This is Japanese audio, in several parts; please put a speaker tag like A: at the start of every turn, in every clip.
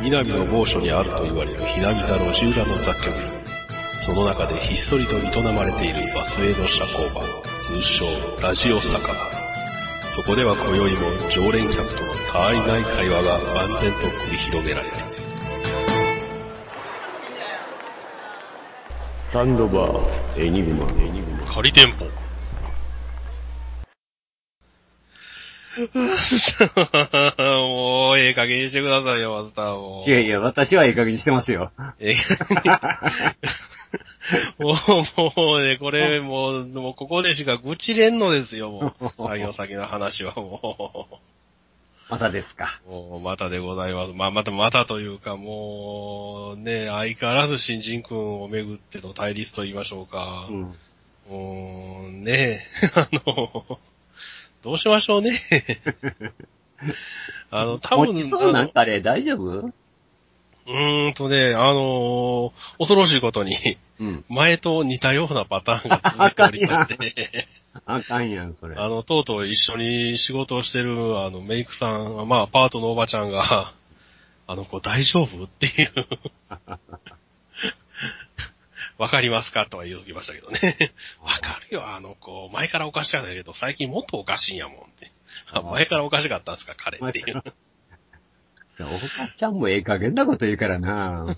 A: 南の某所にあると言われる南座路地裏の雑居ビル。その中でひっそりと営まれているバスエの社交場、通称ラジオ酒場。そこでは今宵も常連客との他愛ない会話が万全と繰り広げられている。
B: サンドバー、エニグマ、エニグマ。
C: 仮店舗。 もう、ええ加減にしてくださいよ、マスターも
D: い。やいや、私はいい加減にしてますよ。
C: ええ加減にもう、もうね、これ、もう、もうここでしか愚痴れんのですよ、もう。 作業先の話はも
D: またですか。
C: う。もう、またでございます。まあ、また、またというか、もう、ね、相変わらず新人君をめぐっての対立と言いましょうか。
D: うん。
C: うーん、ね え、あの、どうしましょう ね。あの、多
D: 持
C: 分
D: ちそうな
C: あ
D: ん
C: の
D: かあれ、大丈夫
C: うーんとね、あの恐ろしいことに、
D: うん。
C: 前と似たようなパターンが続いておりまして、
D: あかんやん、それ。
C: あの、とうとう一緒に仕事をしてる、あの、メイクさん、まあ、パートのおばちゃんが、 あの子大丈夫っていう。 わかりますかとは言うときましたけどね。わかるよ、あの子。前からおかしかったけど、最近もっとおかしいんやもんって。あ
D: あー
C: 前からおかしかったんですか、彼っていう。
D: おかちゃんもええ加減なこと言うから な。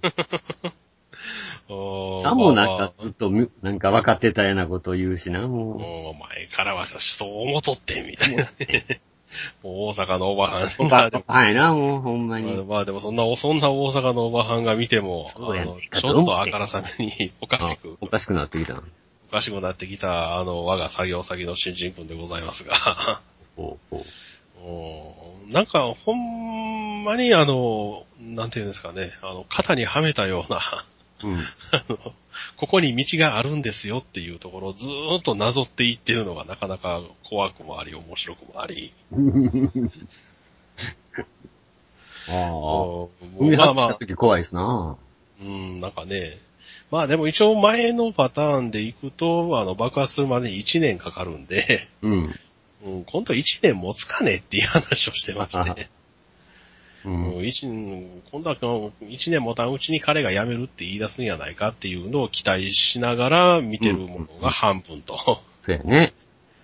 C: おー
D: ちゃんもなん
C: まあ
D: かずっとむ、なんか分かってたようなこと言うしな、
C: まあ
D: も
C: もう前からはそう思っとって、みたいなね。 もう大阪のおばはん。
D: う。
C: まあでも
D: はいな、もう、ほんま
C: まあ、
D: に。
C: まあでもそんな、そんな大阪のおばはんが見ても、あ
D: そうやね
C: の、ちょっとあからさめに おかしく、
D: おかしくなってきたな。
C: おかしくなってきた、あの、我が作業先の新人君でございます が、
D: ほうほう
C: もうなんか、ほんまにあの、なんていうんですかね、あの、肩にはめたような、
D: うん。
C: あの、ここに道があるんですよっていうところをずーっとなぞっていってるのがなかなか怖くもあり、面白くもあり、
D: ああ。
C: もう
D: 海
C: まあ
D: 発
C: ま
D: し
C: あ
D: た時怖いですな。
C: うん、なんかね。まあでも一応前のパターンで行くと、あの、爆発するまでに1年かかるんで、
D: うん。
C: うん、今度1年持つかねっていう話をしてまして、
D: う。
C: うんん、一うん今度は1年持たんうちに彼が辞めるって言い出すんじゃないかっていうのを期待しながら見てるものが半分と。
D: そうやね。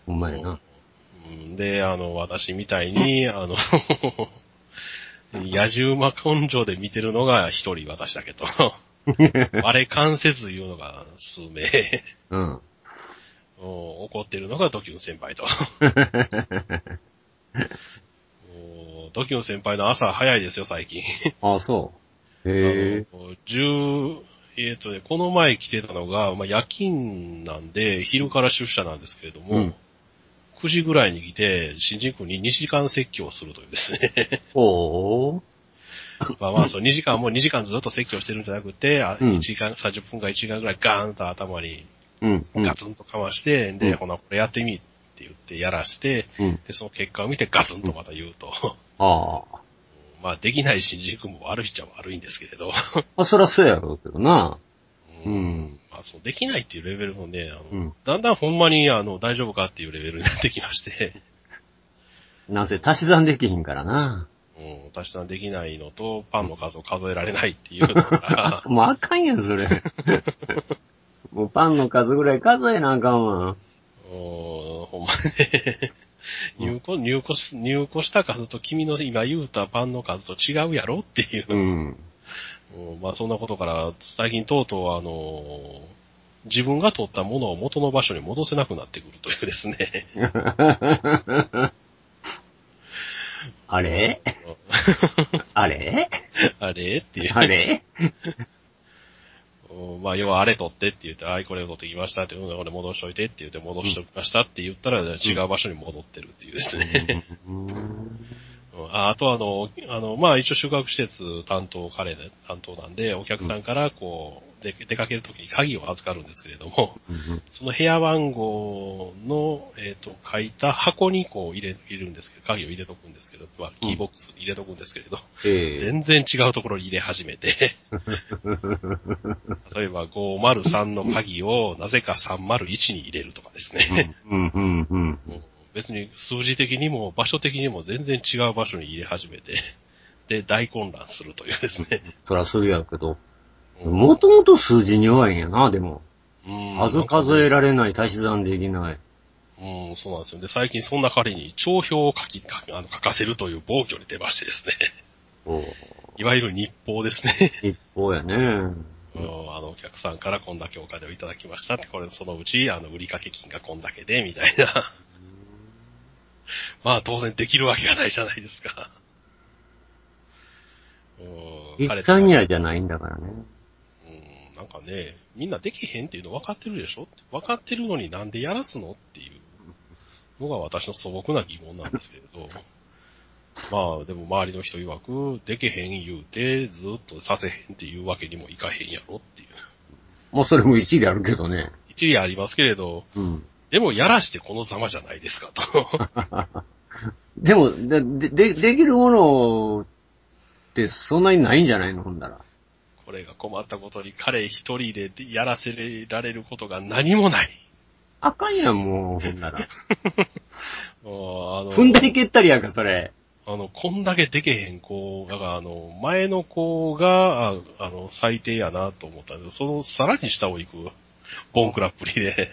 D: ほんまやな。
C: うんで、あの、私みたいに、あの、 野じ馬根性で見てるのが一人私だけ ど、あれ関せず言うのが数名、
D: うん。
C: うん怒ってるのがドキュン先 輩と。もうドキュン先輩の朝早いですよ、最近。
D: ああ、そう。へえ。
C: あの10えっ、とね、この前来てたのが、まあ、夜勤なんで、昼から出社なんですけれども、
D: うん
C: 9時ぐらいに来て、新人君に2時間説教をするというですね。
D: ほう。
C: まあまあ、そう、2時間、もう2時間ずっと説教してるんじゃなくて、あ
D: うん
C: 1時間、30分か1時間ぐらいガーンと頭に
D: うん。うん
C: ガツンとかまして、で、
D: うん
C: ほな、これやってみって言ってやらして、
D: うん。
C: で、その結果を見てガツンとまた言うと。
D: あ
C: まあ、できない新人君も悪いっちゃ悪いんですけれど。
D: あ。まあ、そらそうやろうけどな。
C: う
D: うんん。
C: まあ、そう、できないっていうレベルもね、あの
D: うん
C: だんだんほんまに、あの、大丈夫かっていうレベルになってきまして、
D: なんせ足し算できひんからな。、
C: うん、足し算できないのと、パンの数を数えられないっていうのが
D: もうあかんやん、 それ。もうパンの数ぐらい数えなあかんわ。
C: うんほんまね、入庫、入庫し、入庫した数と君の今言うたパンの数と違うやろっていうう、
D: ん。
C: うんまあそんなことから、最近とうとうあの、自分が取ったものを元の場所に戻せなくなってくるというです ね。
D: あれあれ
C: あれっていう。
D: あれ
C: うんまあ、要はあれ取ってって言って、あいこれ取ってきましたって、うん、これ戻しといてって言って戻しときましたって言ったら、違う場所に戻ってるっていうですね。うんああとあの、あの、まあ一応宿泊施設担当、彼で担当なんで、お客さんからこう、で出かけるときに鍵を預かるんですけれども、その部屋番号の、えっ、と、書いた箱にこう入れ、入れるんですけど、鍵を入れとくんですけど、まあ、キーボックス入れとくんですけれど、
D: ええ。
C: 全然違うところに入れ始め て、例えば503の鍵をなぜか301に入れるとかですね。
D: うん、うん、 うん。
C: 別に数字的にも場所的にも全然違う場所に入れ始めて、で大混乱するというですね。
D: そらするやろけど、もともと数字に弱いんやな、でも。
C: うん
D: 数数えられない、足し算できない。
C: うん、そうなんですよ。で、最近そんな彼に帳表を書き、書あの書かせるという暴挙に出ましてですね。
D: おう
C: いわゆる日報ですね。
D: 一方やね。
C: うんあの、お客さんからこんだけお金をいただきましたって、これそのうち、あの、売掛金がこんだけで、みたいな。 まあ、当然できるわけがないじゃないですか。うん、
D: 一
C: とは
D: 貫やじゃないんだからね。
C: うん、なんかね、みんなできへんっていうの分かってるでしょ分かってるのになんでやらすのっていうのが私の素朴な疑問なんですけれど。 まあ、でも周りの人曰く、でけへん言うて、ずっとさせへんっていうわけにもいかへんやろっていう。
D: もうそれも一理あるけどね。
C: 一理ありますけれど、
D: うん。
C: でもやらしてこのざまじゃないです かと。
D: でも、で、で、でできるものってそんなにないんじゃないのほんだら。
C: これが困ったことに彼一人でやらせられることが何もない。
D: あかんやん、もう、ほんなら。
C: もうあの
D: 踏んだり蹴ったりやんか、それ。
C: あの、こんだけでけへん子、だからあの、前の子が、ああの、最低やなと思ったんだけど、その、さらに下を行く、ボンクラっぷりで、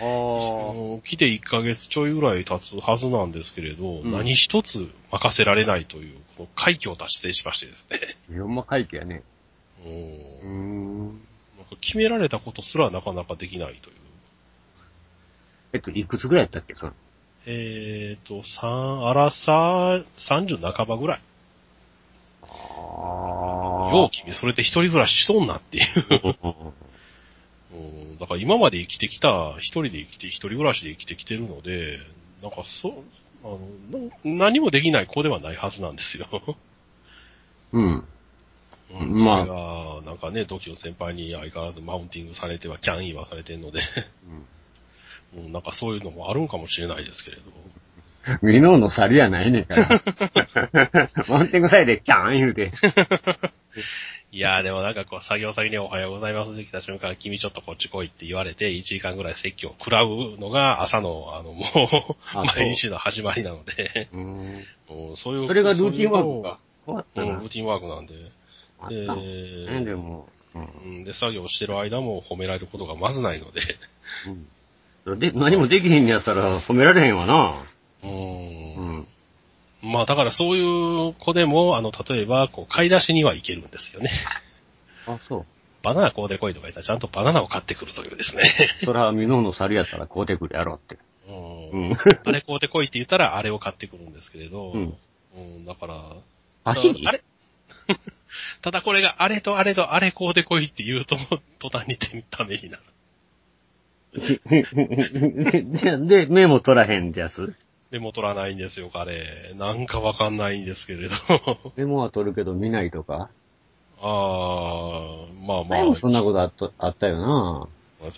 D: あ
C: あの来て1ヶ月ちょいぐらい経つはずなんですけれど、
D: うん
C: 何一つ任せられないという、この快挙を達成しましてです
D: いろんな回帰やね。
C: ね。うん
D: ん。
C: なんか決められたことすらなかなかできないという。
D: えっと、いくつぐらいやったっけ、その。
C: えーと、三、あらさ、30半ばぐらい。よう
D: あ
C: 君、それで一人暮らししとんなっていう。うん、だから今まで生きてきた、一人で生きて、一人暮らしで生きてきてるので、なんかそう、あの、な何もできない子ではないはずなんですよ。
D: うん。
C: うん、
D: まあ
C: それが、なんかね、同期の先輩に相変わらずマウンティングされては、キャンインはされてるので、 うん、なんかそういうのもあるんかもしれないですけれど。
D: ミノーの猿やないねん から。マウンティングサイでキャーン言うて。
C: いやーでもなんかこう、作業先におはようございますって来た瞬間、君ちょっとこっち来いって言われて、1時間ぐらい説教を食らうのが朝の、あの、も
D: あ
C: う、 毎日の始まりなので、 うんそういう。
D: それがルーティンワ
C: そういう
D: ーク
C: の
D: か。変わっ
C: う
D: た
C: ん、ル
D: な。
C: ーティンワークなんで。
D: あった
C: で
D: んね、でも。うん
C: うん、で、作業してる間も褒められることがまずないので、
D: で、何もできへんのやったら褒められへんわな。
C: う
D: うん。
C: ん。まあ、だからそういう子でも、あの、例えば、こう、買い出しには行けるんですよね。
D: あ、そう。
C: バナナこうでこいとか言ったら、ちゃんとバナナを買ってくるというですね。
D: そら、ミノーの猿やったら買うてくるやろって。
C: う。
D: うんん。
C: あれこうでこいって言ったら、あれを買ってくるんですけれど、
D: うん。
C: うん、だから、
D: 走
C: た
D: り
C: だあれ ただこれがあれとあれとあれこうでこいって言うと、途端にためになる。
D: じゃあで、目も取らへんじゃす。
C: でも取らないんですよ、彼。なんかわかんないんですけれど。
D: メモは取るけど見ないとか。
C: ああ、まあま
D: 前も
C: あ、
D: そんなことあったあったよな。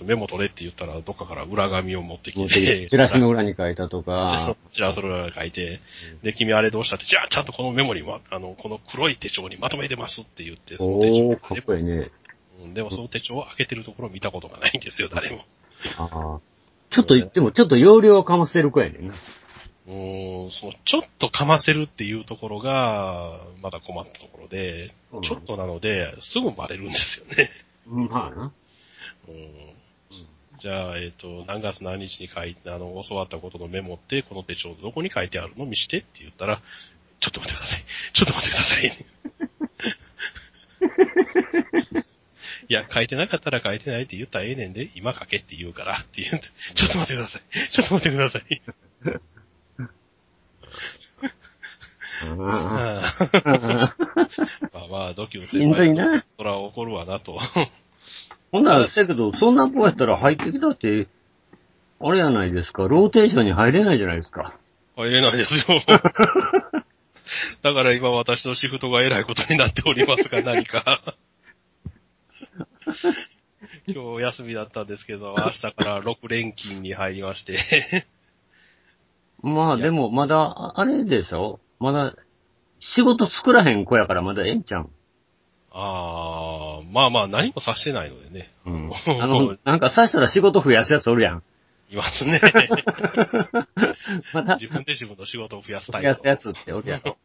C: メモ取れって言ったら、どっかから裏紙を持ってきて、
D: チラシの裏に書いた と
C: チラシの
D: か。
C: チラシの裏に書いて、で、君あれどうしたって、じゃあちゃんとこのメモには、あの、この黒い手帳にまとめてますって言って、その手帳
D: お
C: を
D: ー、かっこいいね。
C: うんでもその手帳を開けてるところを見たことがないんですよ、誰も。
D: ああ。ちょっと言っても、ちょっと容量をかませる子やねんな。
C: うーん、その、ちょっとかませるっていうところが、まだ困ったところで
D: うん、
C: ちょっとなので、すぐバレるんですよね。
D: うん、まあな。
C: うん、じゃあ、えっ、と、何月何日に書いて、あの、教わったことのメモって、この手帳どこに書いてあるの見してって言ったら、ちょっと待ってください。ちょっと待ってください。いや、書いてなかったら書いてないって言ったらええねんで、今書けって言うからって言うんで、ちょっと待ってください。ちょっと待ってください。
D: あ
C: ああまあまあ、ドキュン
D: しんどいな。
C: そら怒るわなと。
D: ほんなら、だけど、そんな子やったら入ってきたって、あれやないですか、ローテーションに入れないじゃないですか。
C: 入れないです よ。だから今私のシフトがえらいことになっておりますが、何か。今日休みだったんですけど、明日から6連勤に入りまして。
D: まあ、でも、まだ、ああれでしょまだ、仕事作らへん子やからまだええんちゃう
C: ああ、まあまあ何もさしてないのでね。
D: うん。あの、なんかさしたら仕事増やすやつおるやん。
C: いますね。
D: また、
C: 自分で自分の仕事を増やすタ
D: 増
C: イ
D: や
C: プ
D: す。やつっておるやろ。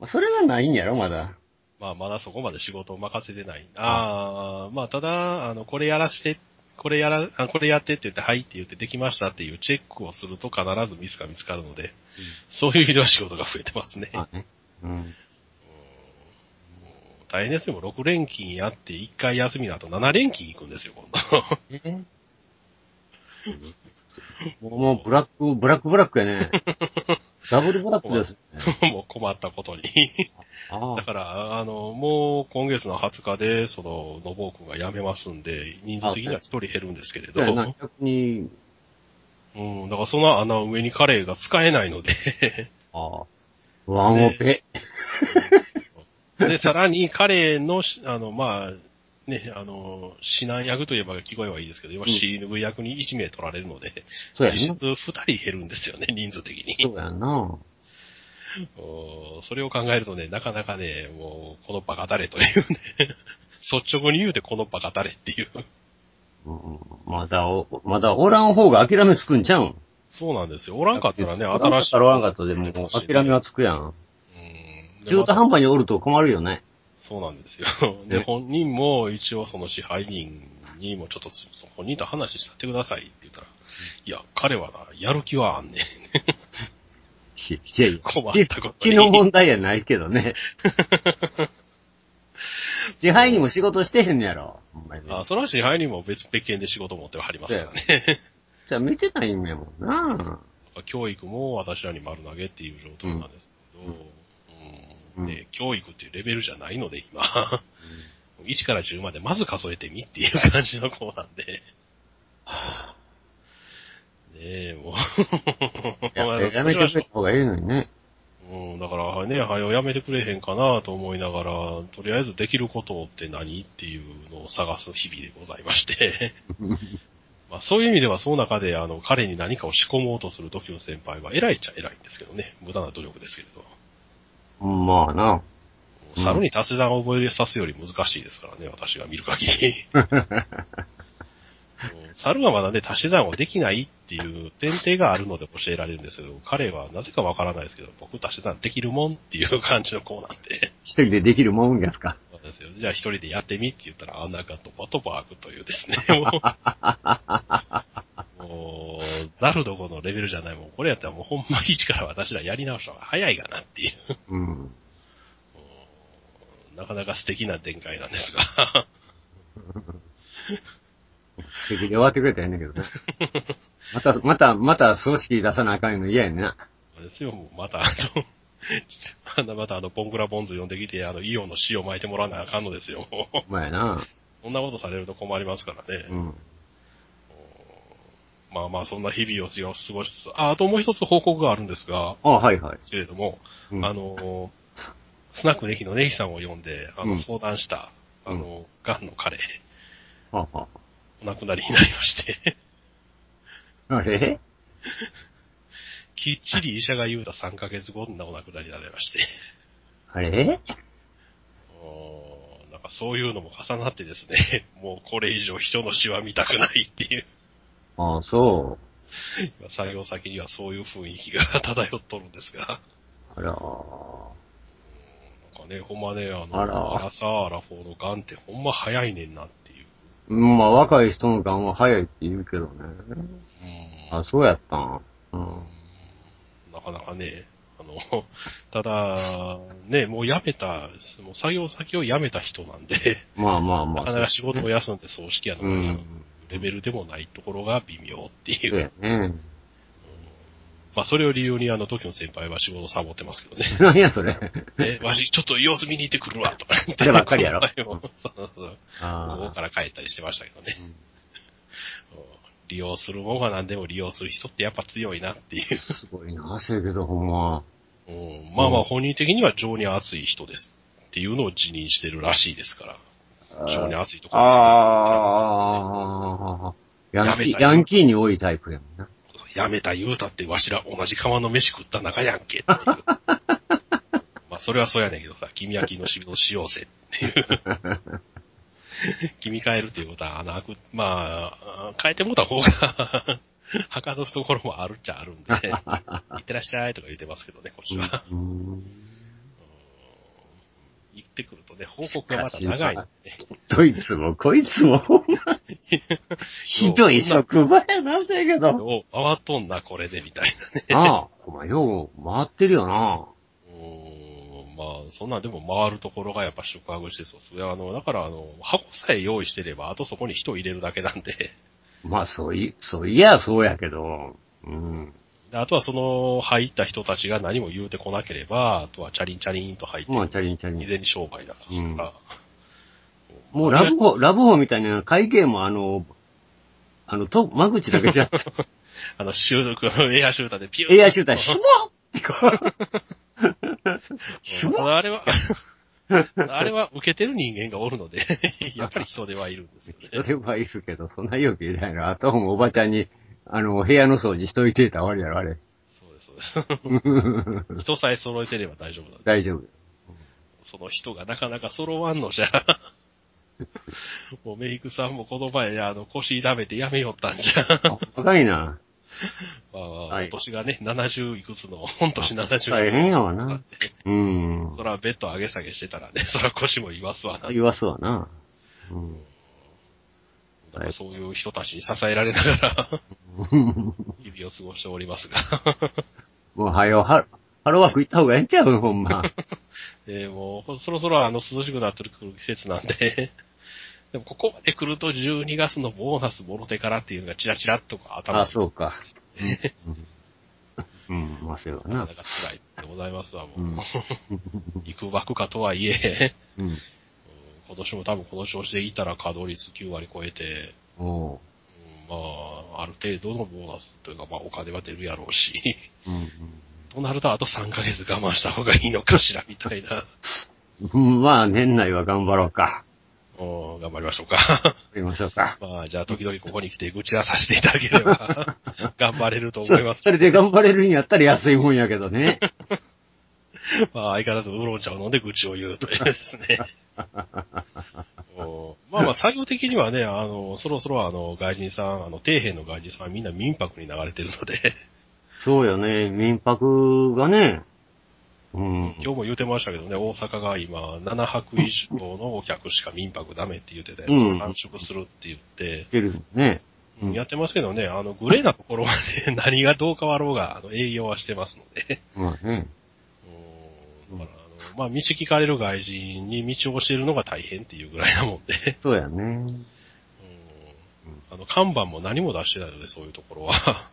D: まあそれがないんやろ、まだ。
C: まあ、まだそこまで仕事を任せてない。ああ、まあ、ただ、あの、これやらして、これやら、あこれやってって言って、はいって言ってできましたっていうチェックをすると必ずミスが見つかるので、そういう意味では仕事が増えてますね。
D: あね。うん。
C: 大変ですよ、6連勤やって1回休みの後7連勤行くんですよ、今度。
D: もう、もうブラック、ブラックブラックや ね。ダブルブラックですね。
C: もう困ったことに。
D: あ
C: だから、あの、もう今月の20日で、その、のぼうくんが辞めますんで、人数的には1人減るんですけれど、
D: あ。な逆に、
C: うん、だからその穴埋めにカレーが使えないので、
D: ああ。ワンオペ。
C: で、さらに彼のし、あの、まあ、ね、あの、指南役といえば聞こえはいいですけど、今 CNV 役に1名取られるので、
D: そうや
C: 実
D: な。
C: 質2人減るんですよね、人数的に。
D: そうやな。
C: おーそれを考えるとね、なかなかね、もう、このバカ誰というね、率直に言うてこのバカ誰っていう。
D: うんまだお、まだおらん方が諦めつくんちゃうん。
C: そうなんですよ。おらんかったらね、
D: おらんか
C: 新
D: っ
C: しい。
D: たらおらんかったで、もう諦めはつくやん。
C: うんで
D: 中途
C: また
D: 半端におると困るよね。
C: そうなんですよ。で、
D: ね
C: 本人も一応その支配人にもちょっとす本人と話しさせてくださいって言ったら、いや、彼はな、やる気はあ んねん。
D: いやいや
C: 困ったこと
D: 気
C: に
D: の問題やないけ どね。支配人も仕事してへんのやろ。ほんまに
C: あその支配人も別、別件で仕事持ってはりますからね。
D: じゃあ見てないんやもんな。
C: 教育も私らに丸投げっていう状態なんですけど、うん
D: うん
C: で教育っていうレベルじゃないので、 今。1から10までまず数えてみっていう感じの子なんで。ねえ、もう。
D: や
C: まあ
D: やめてくれた方がいいのにね。
C: うん、だからね、はよやめてくれへんかなと思いながら、とりあえずできることって何っていうのを探す日々でございまして。 まあそういう意味では、その中で、あの、彼に何かを仕込もうとするドキュン先輩は、偉いっちゃ偉いんですけどね。無駄な努力ですけれど。
D: まあな。うん
C: 猿に達成段を覚えさすより難しいですからね、私が見る限 り。うん猿はまだね、足し算をできないっていう前提があるので教えられるんですけど、彼はなぜかわからないですけど、僕足し算できるもんっていう感じの子なんで。
D: 一人でできるもんやすか。
C: そうですよ。じゃあ一人でやってみって言ったら、穴がトバトバ開くというですね、もう。もう、なるどころのレベルじゃない、もうこれやったらもうほんまに一から私らやり直した方が早いかなっていう。
D: うん。
C: なかなか素敵な展開なんですが。
D: 素敵で終わってくれたらええねんだ けどね。また、また、また葬式出さなあかんの嫌やんな。
C: そうですよ、もうまたあの、あのまたあの、ボンクラボンズ呼んできて、あの、イオンの塩巻いてもらわなあかんのですよ、もう。
D: お前やな。
C: そんなことされると困りますからね。
D: うん。
C: まあまあ、そんな日々を過ごしつつ、あ、あともう一つ報告があるんですが、
D: あはいはい。
C: けれども、
D: うん
C: あの、スナックネギのネギさんを呼んで、あ
D: う
C: の、
D: ん
C: 相談した、あの、ガンの彼、
D: はあは
C: お亡くなりになりまして、
D: ああれ
C: きっちり医者が言うた3ヶ月後にお亡くなりになりまして、
D: あれ
C: おーなんかそういうのも重なってですね、 もうこれ以上人の死は見たくないっていう、
D: ああ、そ
C: 今作業先にはそういう雰囲気が 漂っとるんですが、
D: う。あら。
C: なんかね、ほんまね、あの、
D: あら
C: アラサー、アラフォーのガンってほんま早いねんなっていう。
D: うんまあ、若い人の感は早いって言うけどね。
C: うん
D: あ、そうやったん。うん。
C: なかなかね、あの、 ただ、ね、もう辞めた、もう作業先を辞めた人なんで、
D: まあまあま
C: な
D: あ。
C: かなか仕事を休んで葬式やの
D: う
C: に、
D: ん。
C: レベルでもないところが微妙ってい
D: そう
C: う。
D: やね。
C: まあ、それを理由にあの、時の先輩は仕事サボってます けどね。
D: 何やそれ。
C: え、わし、ちょっと様子見に行ってくるわ、とか言って。
D: あればっかりやろ
C: 前も そうそうそう。ここ
D: あ
C: から帰ったりしてましたけどね。うん利用するもんが何でも利用する人ってやっぱ強いなっていう。
D: あ、すごいな、せやけど、ほんま。
C: うんまあまあ本人的には情に熱い人ですっていうのを辞任してるらしいですから。情に熱いところです
D: ああ、ヤンキー、ヤンキーに多いタイプやもんな。
C: やめた言うたってわしら同じ釜の飯食った仲やんけっていう。まあそれはそうやねんけどさ、君は君の仕事しようぜっていう。君変えるっていうことは、あの、あくまあ、変えてもうた方が、はかどるところもあるっちゃあるんで、いってらっしゃいとか言ってますけどね、こっちは。
D: うん。
C: 行ってくるとね、報告がまた長いんでね。
D: どいつもこいつも、ほんまに ひどい職場やなんせやけど。
C: お、慌とんな、これで、みたい
D: なあ、お前よう回ってるよな。
C: な。うーん、まあ、そんなんでも回るところがやっぱ宿泊施設です。いや、あの、だから、あの、箱さえ用意してれば、あとそこに人入れるだけなんで。
D: まあ、そうい、そういや、そうやけど。うん。
C: であとはその、入った人たちが何も言うてこなければ、あとはチャリンチャリンと入って、
D: まあ、チャリンチャリ
C: 未
D: ン。
C: 然に商売だから、それが
D: もうラブホ、ラブホみたいな会計もあの、あの、と、間口だけじゃ、
C: あの、シュート、エアシューターでピュー
D: エアシューター、シュワッってこシュ
C: ただあれは、 あれは受けてる人間がおるので、やっぱり人手はいるんですよ ね。
D: う、それはいるけど、そんな容器いないの。あともおばちゃんに、あの、部屋の掃除しといてたら終わりやろ、あ れ。
C: そうです、そうです。 人さえ揃えてれば大丈夫なんで
D: 大丈夫。
C: す。その人がなかなか揃わんのじゃ。 もうメイクさんもこの前、あの、腰痛めてやめよったんじゃ。
D: 若いな。
C: まあ、
D: はい
C: 今年がね、70いくつの、今年70
D: 大変やわ
C: だっ
D: な。
C: て
D: う ん。
C: そらベッド上げ下げしてたらね、 そら腰も言わすわな。
D: 言わすわな。うん。
C: なんかそういう人たちに支えられながら、 日々を過ごしておりますが。
D: もう、はよ、ハロハローワーク行った方がええんちゃうほ んま。
C: えーもう、そろそろあの、涼しくなってくる季節なんで、でもここまで来ると12月のボーナスもろてからっていうのがチラチラっとか頭
D: あ、
C: に
D: そう か。うん、うんまあ、そうやわ
C: な
D: な
C: か。なか辛いでございますわ、もう。
D: うん
C: 行くばくかとはいえ、
D: うん。
C: 今年も多分この調子でいたら稼働率9割超えて、う
D: おう。
C: んまあ、ある程度のボーナスというか、まあお金は出るやろうし、
D: うん
C: となるとあと3ヶ月我慢した方がいいのかしら、みたいな。
D: うん。まあ、年内は頑張ろうか。
C: うん、頑張りましょうか。
D: 頑張りましょうか。
C: まあ、じゃあ、時々ここに来て愚痴はさせていただければ、 頑張れると思います。
D: それで頑張れるんやったら安いもんやけどね。
C: まあ、相変わらずウーロン茶を飲んで愚痴を言うというです ね。おまあまあ、作業的にはね、あの、そろそろあの、外人さん、あの、底辺の外人さんみんな民泊に流れてるので、
D: そうよね、民泊がね。うん。
C: 今日も言うてましたけどね、大阪が今、7泊以上のお客しか民泊ダメって言ってて、
D: うん
C: 繁殖するって言って、
D: いけるね。うん
C: やってますけどね、あの、グレーなところはね、 何がどう変わろうが、あの、営業はしてますので。
D: まあね。
C: うんだから、あの、まあ、道聞かれる外人に道を教えるのが大変っていうぐらいなもんで、
D: そうやね。
C: うんあの、看板も何も出してないので、そういうところは。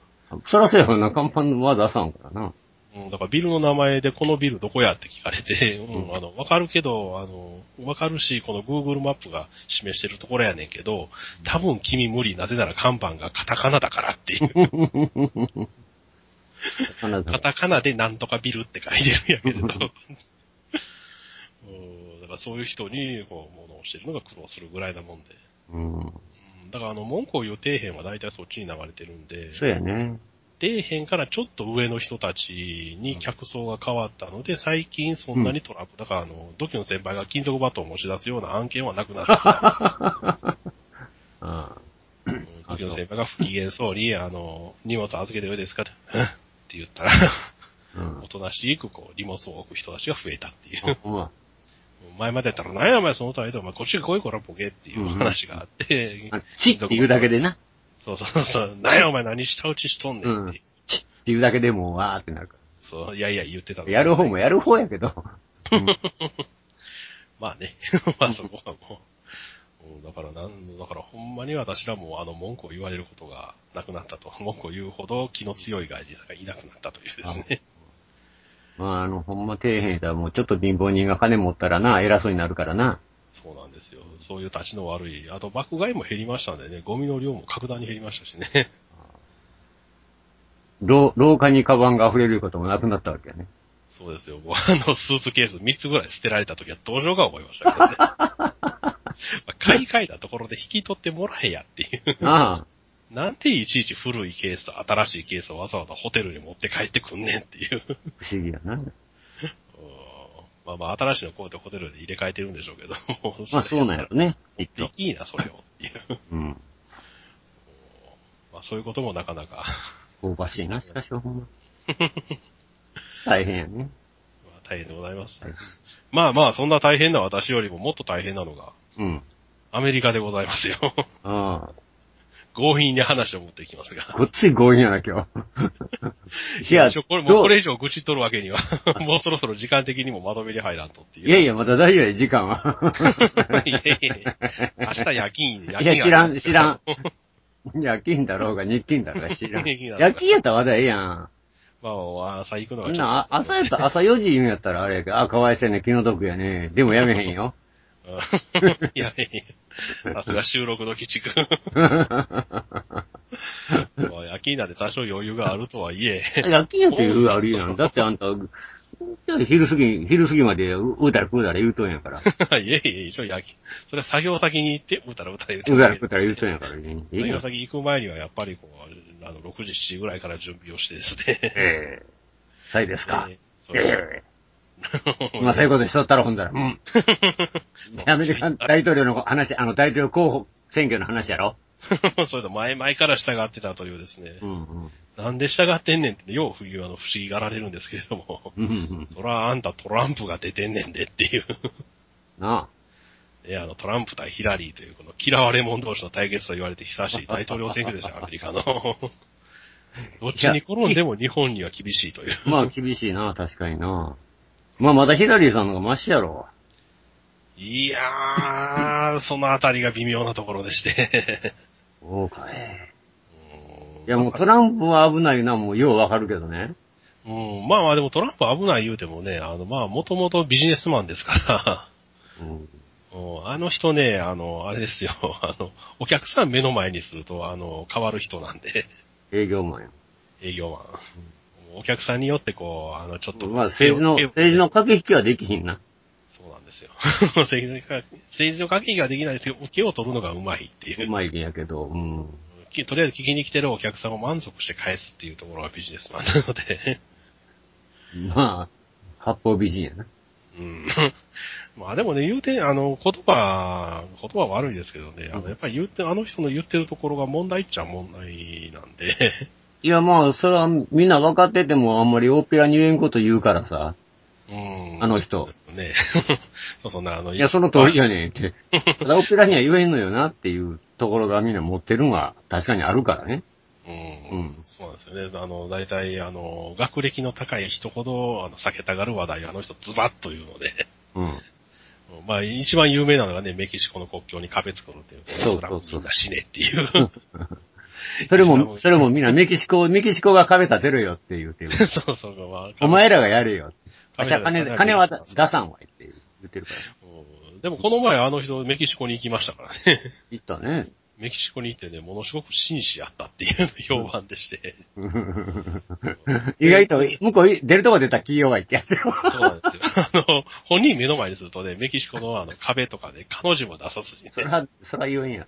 D: そらそうやわな、看板は出さんからな。
C: うん、だからビルの名前でこのビルどこやって聞かれて、うん、あの、わかるけど、あの、わかるし、この Google マップが示してるところやねんけど、多分君無理、なぜなら看板がカタカナだからって いう、
D: あなた
C: カタカナでなんとかビルって書いてるんやけれど。うん、だからそういう人に、こう、物をしてるのが苦労するぐらいなもんで。
D: うん。
C: うんだからあの、文句を言う底辺は大体そっちに流れてるんで、
D: そうやね。
C: 底辺からちょっと上の人たちに客層が変わったので、最近そんなにトラブル、だからあの、土器の先輩が金属バットを持ち出すような案件はなくなってき た。
D: あ
C: うん土器の先輩が不機嫌そうに、あの、荷物預けてよいですかってうんって言ったら、
D: あ。うん
C: お。となしくこう、荷物を置く人たちが増えたっていう。
D: ほんま
C: 前までやったら、何やお前その態度、お前こっちが来いこらボケっていう話があって、
D: あチって言うだけでな。
C: そうそうそう、何やお前何舌打ちしとんねんっていう。
D: チって言うだけでもうわーってなるか
C: そう、いやいや言ってたの
D: ら。やる方もやる方やけど。
C: まあね。 まあそこはもう。うんだからなん、だからほんまに私らもあの文句を言われることがなくなったと。 文句を言うほど気の強い外人がいなくなったというですね。
D: まああの、ほんま底辺だもうちょっと貧乏人が金持ったらな、偉そうになるからな。
C: そうなんですよ。そういう立ちの悪い。あと爆買いも減りましたんでね、ゴミの量も格段に減りましたしね。
D: 廊廊下にカバンが溢れることもなくなったわけやね。
C: そうですよ。もうあのスーツケース3つぐらい捨てられた時はどうしようか思いましたけどね。まあ買い替えたところで引き取ってもらえやっていう。
D: ああ。
C: なんでいちいち古いケースと新しいケースをわざわざホテルに持って帰ってくんねんっていう。
D: 不思議やな。
C: うんまあまあ、新しいのこうやってホテルで入れ替えてるんでしょうけども。
D: まあそうなんやろね。きっ
C: で
D: と。
C: きいな、それをっていう。
D: うん。
C: まあそういうこともなかなか。
D: 香ばしいな、しかしほんま。大変やね。
C: まあ大変でございます。まあまあ、そんな大変な私よりももっと大変なのが、
D: うん。
C: アメリカでございますよ。
D: あ
C: 強引に話を持っていきますが
D: あ。。こっち強引やな、今日。 いや、
C: 一
D: ど
C: 応これもうこ
D: う
C: れ以上愚痴っとるわけには、もうそろそろ時間的にもまとめに入らんとっていう。
D: いやいや、まだ大丈夫や、時間は。
C: いやいやいや明日夜勤、夜勤
D: いや、知らん、知ら
C: ん。
D: ん。 夜勤だろうが、日勤だろうが知らん。
C: 日勤だろうが
D: 夜勤やったらまだええやん。
C: まあ、朝行くのが
D: みん
C: ち
D: な
C: ょ
D: あ
C: っと
D: 朝やったら、朝4時やったらあれやけど、あ、かわいそうやね、気の毒やね。でもやめへんよ。
C: うん いやいやさすが収録の鬼 畜。まあ、夜勤なんで多少余裕があるとはいえ、
D: 夜勤やって言うあるやん。だってあんた、昼過ぎ、昼過ぎまでううたら食うたら言うとんやから。
C: いやいや、一応夜勤。それは作業先に行って、うたらうたら言うて
D: う
C: る
D: た
C: だ
D: ら
C: けで
D: 食うたら言うとんやからね。い
C: 作
D: いや
C: 業
D: ん
C: 先行く前にはやっぱりこう、あの、6時、7時ぐらいから準備をしてですね。
D: ええそうですか。
C: えーそ
D: え
C: れ
D: えまあそういうことしとったらほんだら。 うん。アメリカン大統領の話、あの大統領候補選挙の話やろ。
C: それと前々から従ってたというですね。
D: うんうん。
C: なんで従ってんねんって、よう冬あの不思議がられるんですけれども。
D: うんうん。
C: そらあんたトランプが出てんねんでっていう。
D: なあ。
C: いや、あの、トランプ対ヒラリーという、この嫌われ者同士の対決と言われて久しい大統領選挙で した、アメリカの。どっちに転んでも日本には厳しいという。
D: まあ厳しいな、確かにな。まあまだヒラリーさんの方がマシやろ。
C: いやー、そのあたりが微妙なところでして。
D: そうかえ。
C: うん
D: いやもうトランプは危ないな、もうようわかるけどね。
C: うん、まあまあでもトランプ危ない言うてもね、あの、まあもともとビジネスマンですから。
D: うん。
C: うんあの人ね、あの、あれですよ、 あの、お客さん目の前にすると、あの、変わる人なんで、
D: 営業マンや。
C: 営業マン。お客さんによってこう、あの、ちょっと、
D: まあ政治の、
C: 手を
D: 政治の駆け引きはできひんな。
C: そうなんですよ。 政治の駆け政治の駆け引きができないですけど、受けを取るのがうまいっていうう。
D: まいんやけど、うん。
C: きとりあえず聞きに来てるお客さんを満足して返すっていうところがビジネスマンなの で、
D: まあ、八方美人やな。
C: うん。 まあでもね、言うて、あの、言葉、言葉悪いですけどね、あの、やっぱり言うて、あの人の言ってるところが問題っちゃ問題なんで、
D: いやまあ、それはみんな分かっててもあんまり大っぴらに言えんこと言うからさ。
C: うん
D: あの人。
C: ね そうそうな、あの、
D: いや、その通りやねん って。ただオペラには言えんのよなっていうところがみんな持ってるのは確かにあるからね。
C: う
D: うん
C: ん。そうなんですよね。あの、大体、あの、学歴の高い人ほど、あの、避けたがる話題、あの人ズバッというので、
D: うん。
C: まあ、一番有名なのがね、メキシコの国境に壁作るっていう、
D: そうそうそ
C: ス
D: う
C: ラムみんな死ねっていう。
D: それも、それもみんなメキシコ、メキシコが壁立てるよっていう てる。
C: そうそう、まあ、
D: お前らがやれよ。あ
C: 壁
D: しゃ金で、金は出さんわいっていう言ってるから。
C: うんでも、この前、あの人、メキシコに行きましたからね。
D: 言ったね。
C: メキシコに行ってね、ものすごく紳士やったっていう評判でして。
D: 意外と、向こう出るとこ出たら企業がいってやつよ。
C: そうなんですよ。 あの、本人目の前にするとね、メキシコのあの壁とかね、彼女も出さずに
D: そ
C: ね、
D: ら、そら言えんやろ。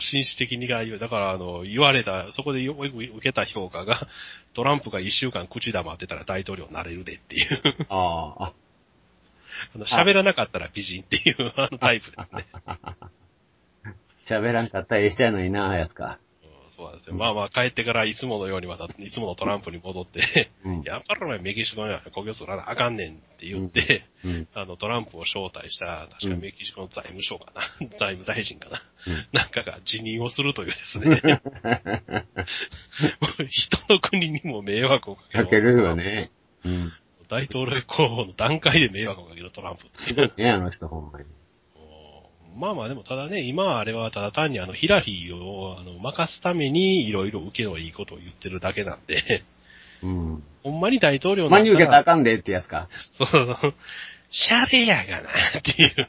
C: 紳士的にが言う。だから、あの、言われた、そこでよく受けた評価が、トランプが一週間口黙ってたら大統領になれるでっていう、
D: ああ。
C: あの喋らなかったら美人っていうあのタイプですね。
D: 喋らんかったらええ人やのにな、やつか。
C: うんそうなんですよ。まあまあ、帰ってからいつものようにまた、いつものトランプに戻 って、
D: うん
C: やっぱりお前メキシコのや故郷そらなあかんねんって言って、
D: うん。
C: あの、トランプを招待した、確かメキシコの財務省かな、財務大臣かな、なんかが辞任をするというですね。もう人の国にも迷惑をかけ
D: か
C: る。
D: けるよね。うん。
C: 大統領候補の段階で迷惑をかけるトランプっていう。
D: ねあの人ほんまに。
C: まあまあでもただね、今はあれはただ単にあのヒラリーをあの任すためにいろいろ受けのいいことを言ってるだけなん で、
D: うん。
C: ほんまに大統領
D: 真に受けたらあ
C: ら、
D: かんでってやつか。
C: そう、シャレやがなっていう。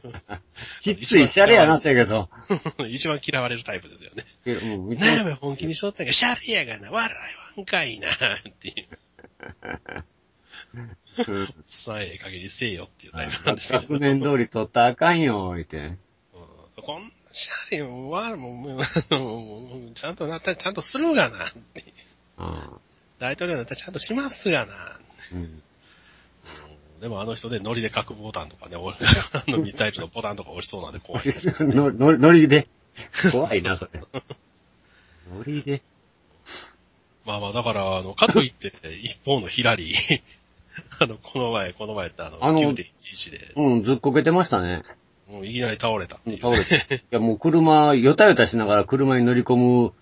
D: きついシャレやな、せやけど。
C: 一番嫌われるタイプですよね。
D: えうん、一応
C: なあ、本気にしとったんか、シャレやがな、笑いわんかいな、っていう。
D: うん
C: おっさんええ限りせえよっていうタイプなんですけど。
D: 学年通り取ったらあかんよ、言って。
C: うんこんなシャレは、もうもう、あのもうちゃんとなったらちゃんとするがな、って
D: あ
C: 大統領だったらちゃんとしますがな。
D: うん。
C: うんでもあの人ね、ノリで角ボタンとかね、おあ の、ミサイルのボタンとか押しそうなんで、こう。
D: の、の、 ノリで。怖いな、それ。ノリで。
C: まあまあ、だから、あの、かといって、一方のヒラリー、 あの、この前、この前ってあの、
D: あの
C: 9.11で、
D: うん、ずっこけてましたね。
C: もういきなり倒れたっていう。
D: 倒れて。いや、もう車、よたよたしながら車に乗り込む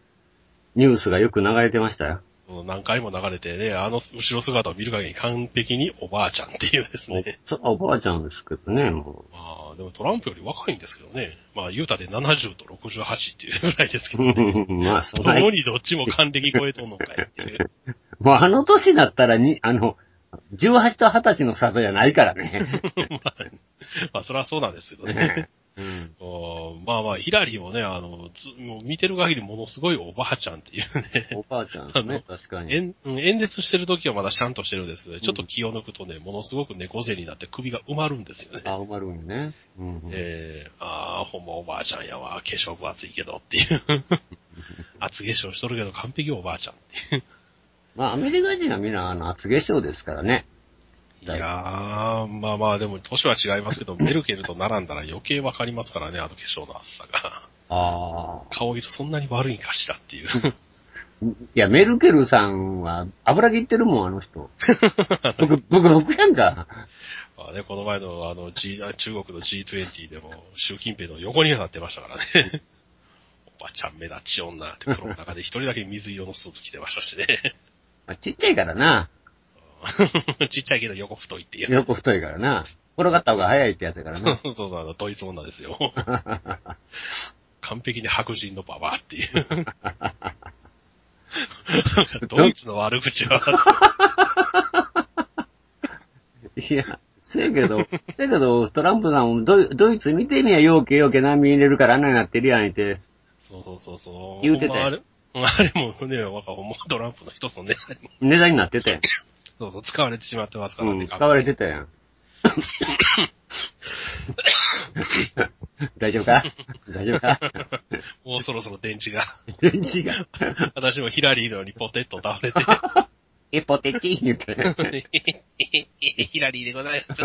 D: ニュースがよく流れてましたよ。
C: もう何回も流れてね、あの後ろ姿を見る限り完璧におばあちゃんっていうですね。
D: ちょおばあちゃんですけどね、も
C: まあ、でもトランプより若いんですけどね。まあ、ユータで70と68っていうぐらいですけ
D: う。
C: どね。
D: まあ、そん
C: と
D: な
C: もにどっちも還暦超えとんのかいっていう。
D: もうあの年だったらに、あの、18と20歳の差じゃないから ね。
C: まあ、まあ、それはそうなんですけどね。こうまあまあ、ヒラリーもね、あの、つもう見てる限りものすごいおばあちゃんっていうね。
D: おばあちゃんですね、確か に。
C: 演うん演説してる時はまだシャンとしてるんですけど、ちょっと気を抜くとね、ものすごく猫背になって首が埋まるんですよね。
D: あ、埋まるんよね。うんうん
C: えー、ああ、ほんまおばあちゃんやわ、化粧分厚いけどって いう。厚化粧しとるけど完璧おばあちゃんって
D: まあ、アメリカ人はみんな、あの、厚化粧ですからね。
C: いやー、まあまあでも年は違いますけ ど、メルケルと並んだら余計わかりますからね、あの化粧の厚さが。
D: ああ。
C: 顔色そんなに悪いんかしらっていう。
D: いや、メルケルさんは、油切ってるもん、あ の人。僕、僕、僕やんか。
C: まあね、この前のあの、G、中国の G20 でも、習近平の横になってました からね。おばちゃん目立ち女ってプロの中で一人だけ水色のスーツ着てました しね。
D: まあちっちゃいからな。
C: ちっちゃいけど横太いっていう。
D: 横太いからな。転がった方が早いってやつやからな。
C: そうそう、あの、ドイツ女です よ。完璧に白人のババアって いう。なんかドイツの悪口は、
D: いや、せやけど、せやけど、トランプさんもドイドイツ見てみや、ようけようけ難民入れるからあんなになってるやんって。
C: そうそうそうそう。
D: 言うてたよ
C: ほんまあれあれもね、わかほんまトランプの一つのね、
D: 値段になってたやん。
C: そうそう、使われてしまってますから
D: うん、
C: ね。
D: 使われて たやん。大丈夫か大丈夫か
C: もうそろそろ電池が。
D: 電池が。
C: 私もヒラリーのようにポテッと倒れ
D: え、ポテチ言って。
C: て、 ヒラリーでございます。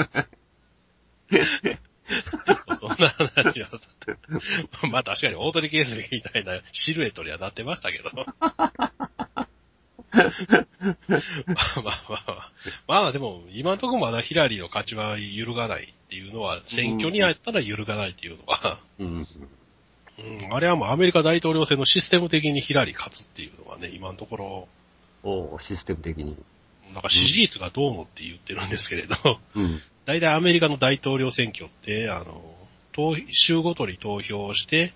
C: そんな話は、 まあ確かに大鳥ケースみたいなシルエットにはなってました けど。まあまあまあ、まあでも今のところまだヒラリーの勝ちは揺るがないっていうのは、選挙にあったら揺るがないっていうのは、
D: うん。
C: うん、あれはもうアメリカ大統領選のシステム的にヒラリー勝つっていうのはね、今のところ、
D: おうシステム的に。
C: なんか支持率がどうのって言ってるんですけれど、
D: うん。
C: 大体アメリカの大統領選挙って、あの、投州ごとに投票して、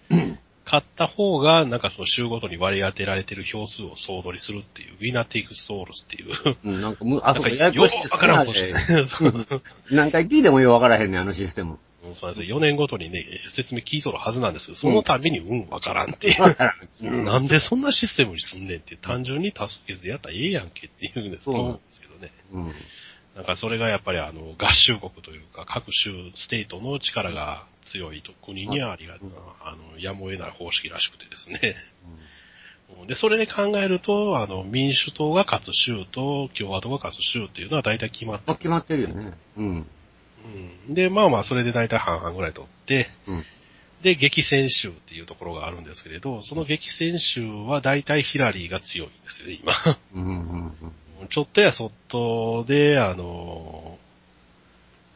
C: 勝った方が、なんかその州ごとに割り当てられてる票数を総取りするっていう、ウィナーテイクストールスっていう。
D: うん、なんかむ、あ
C: な
D: そ
C: ん
D: こ
C: か、
D: やや
C: よ
D: こしいで
C: く
D: す
C: わからん
D: ね
C: ことしてそう
D: 何回聞いてもようわからへんねん、あのシステム。
C: うんそう4年ごとにね、説明聞いとるはずなんですけど、そのたびにうんわからんっていう。
D: わからん。うん
C: なんでそんなシステムにすんねんって、単純に助けてやったらええやんけっていうんです
D: そうなん
C: 思うんですけどね。
D: うん。
C: なんかそれがやっぱりあの、合衆国というか、各州、ステートの力が強いと国にはありが、あの、やむを得ない方式らしくてですね。 で、それで考えると、あの、民主党が勝つ州と共和党が勝つ州っていうのは大体決まって
D: まあ、決まってるよね。うん。
C: うん。で、まあまあ、それで大体半々ぐらい取って、
D: うん
C: で、激戦州っていうところがあるんですけれど、その激戦州は大体ヒラリーが強いんですよね、今。
D: うん、うん、
C: ちょっとやそっとで、あの、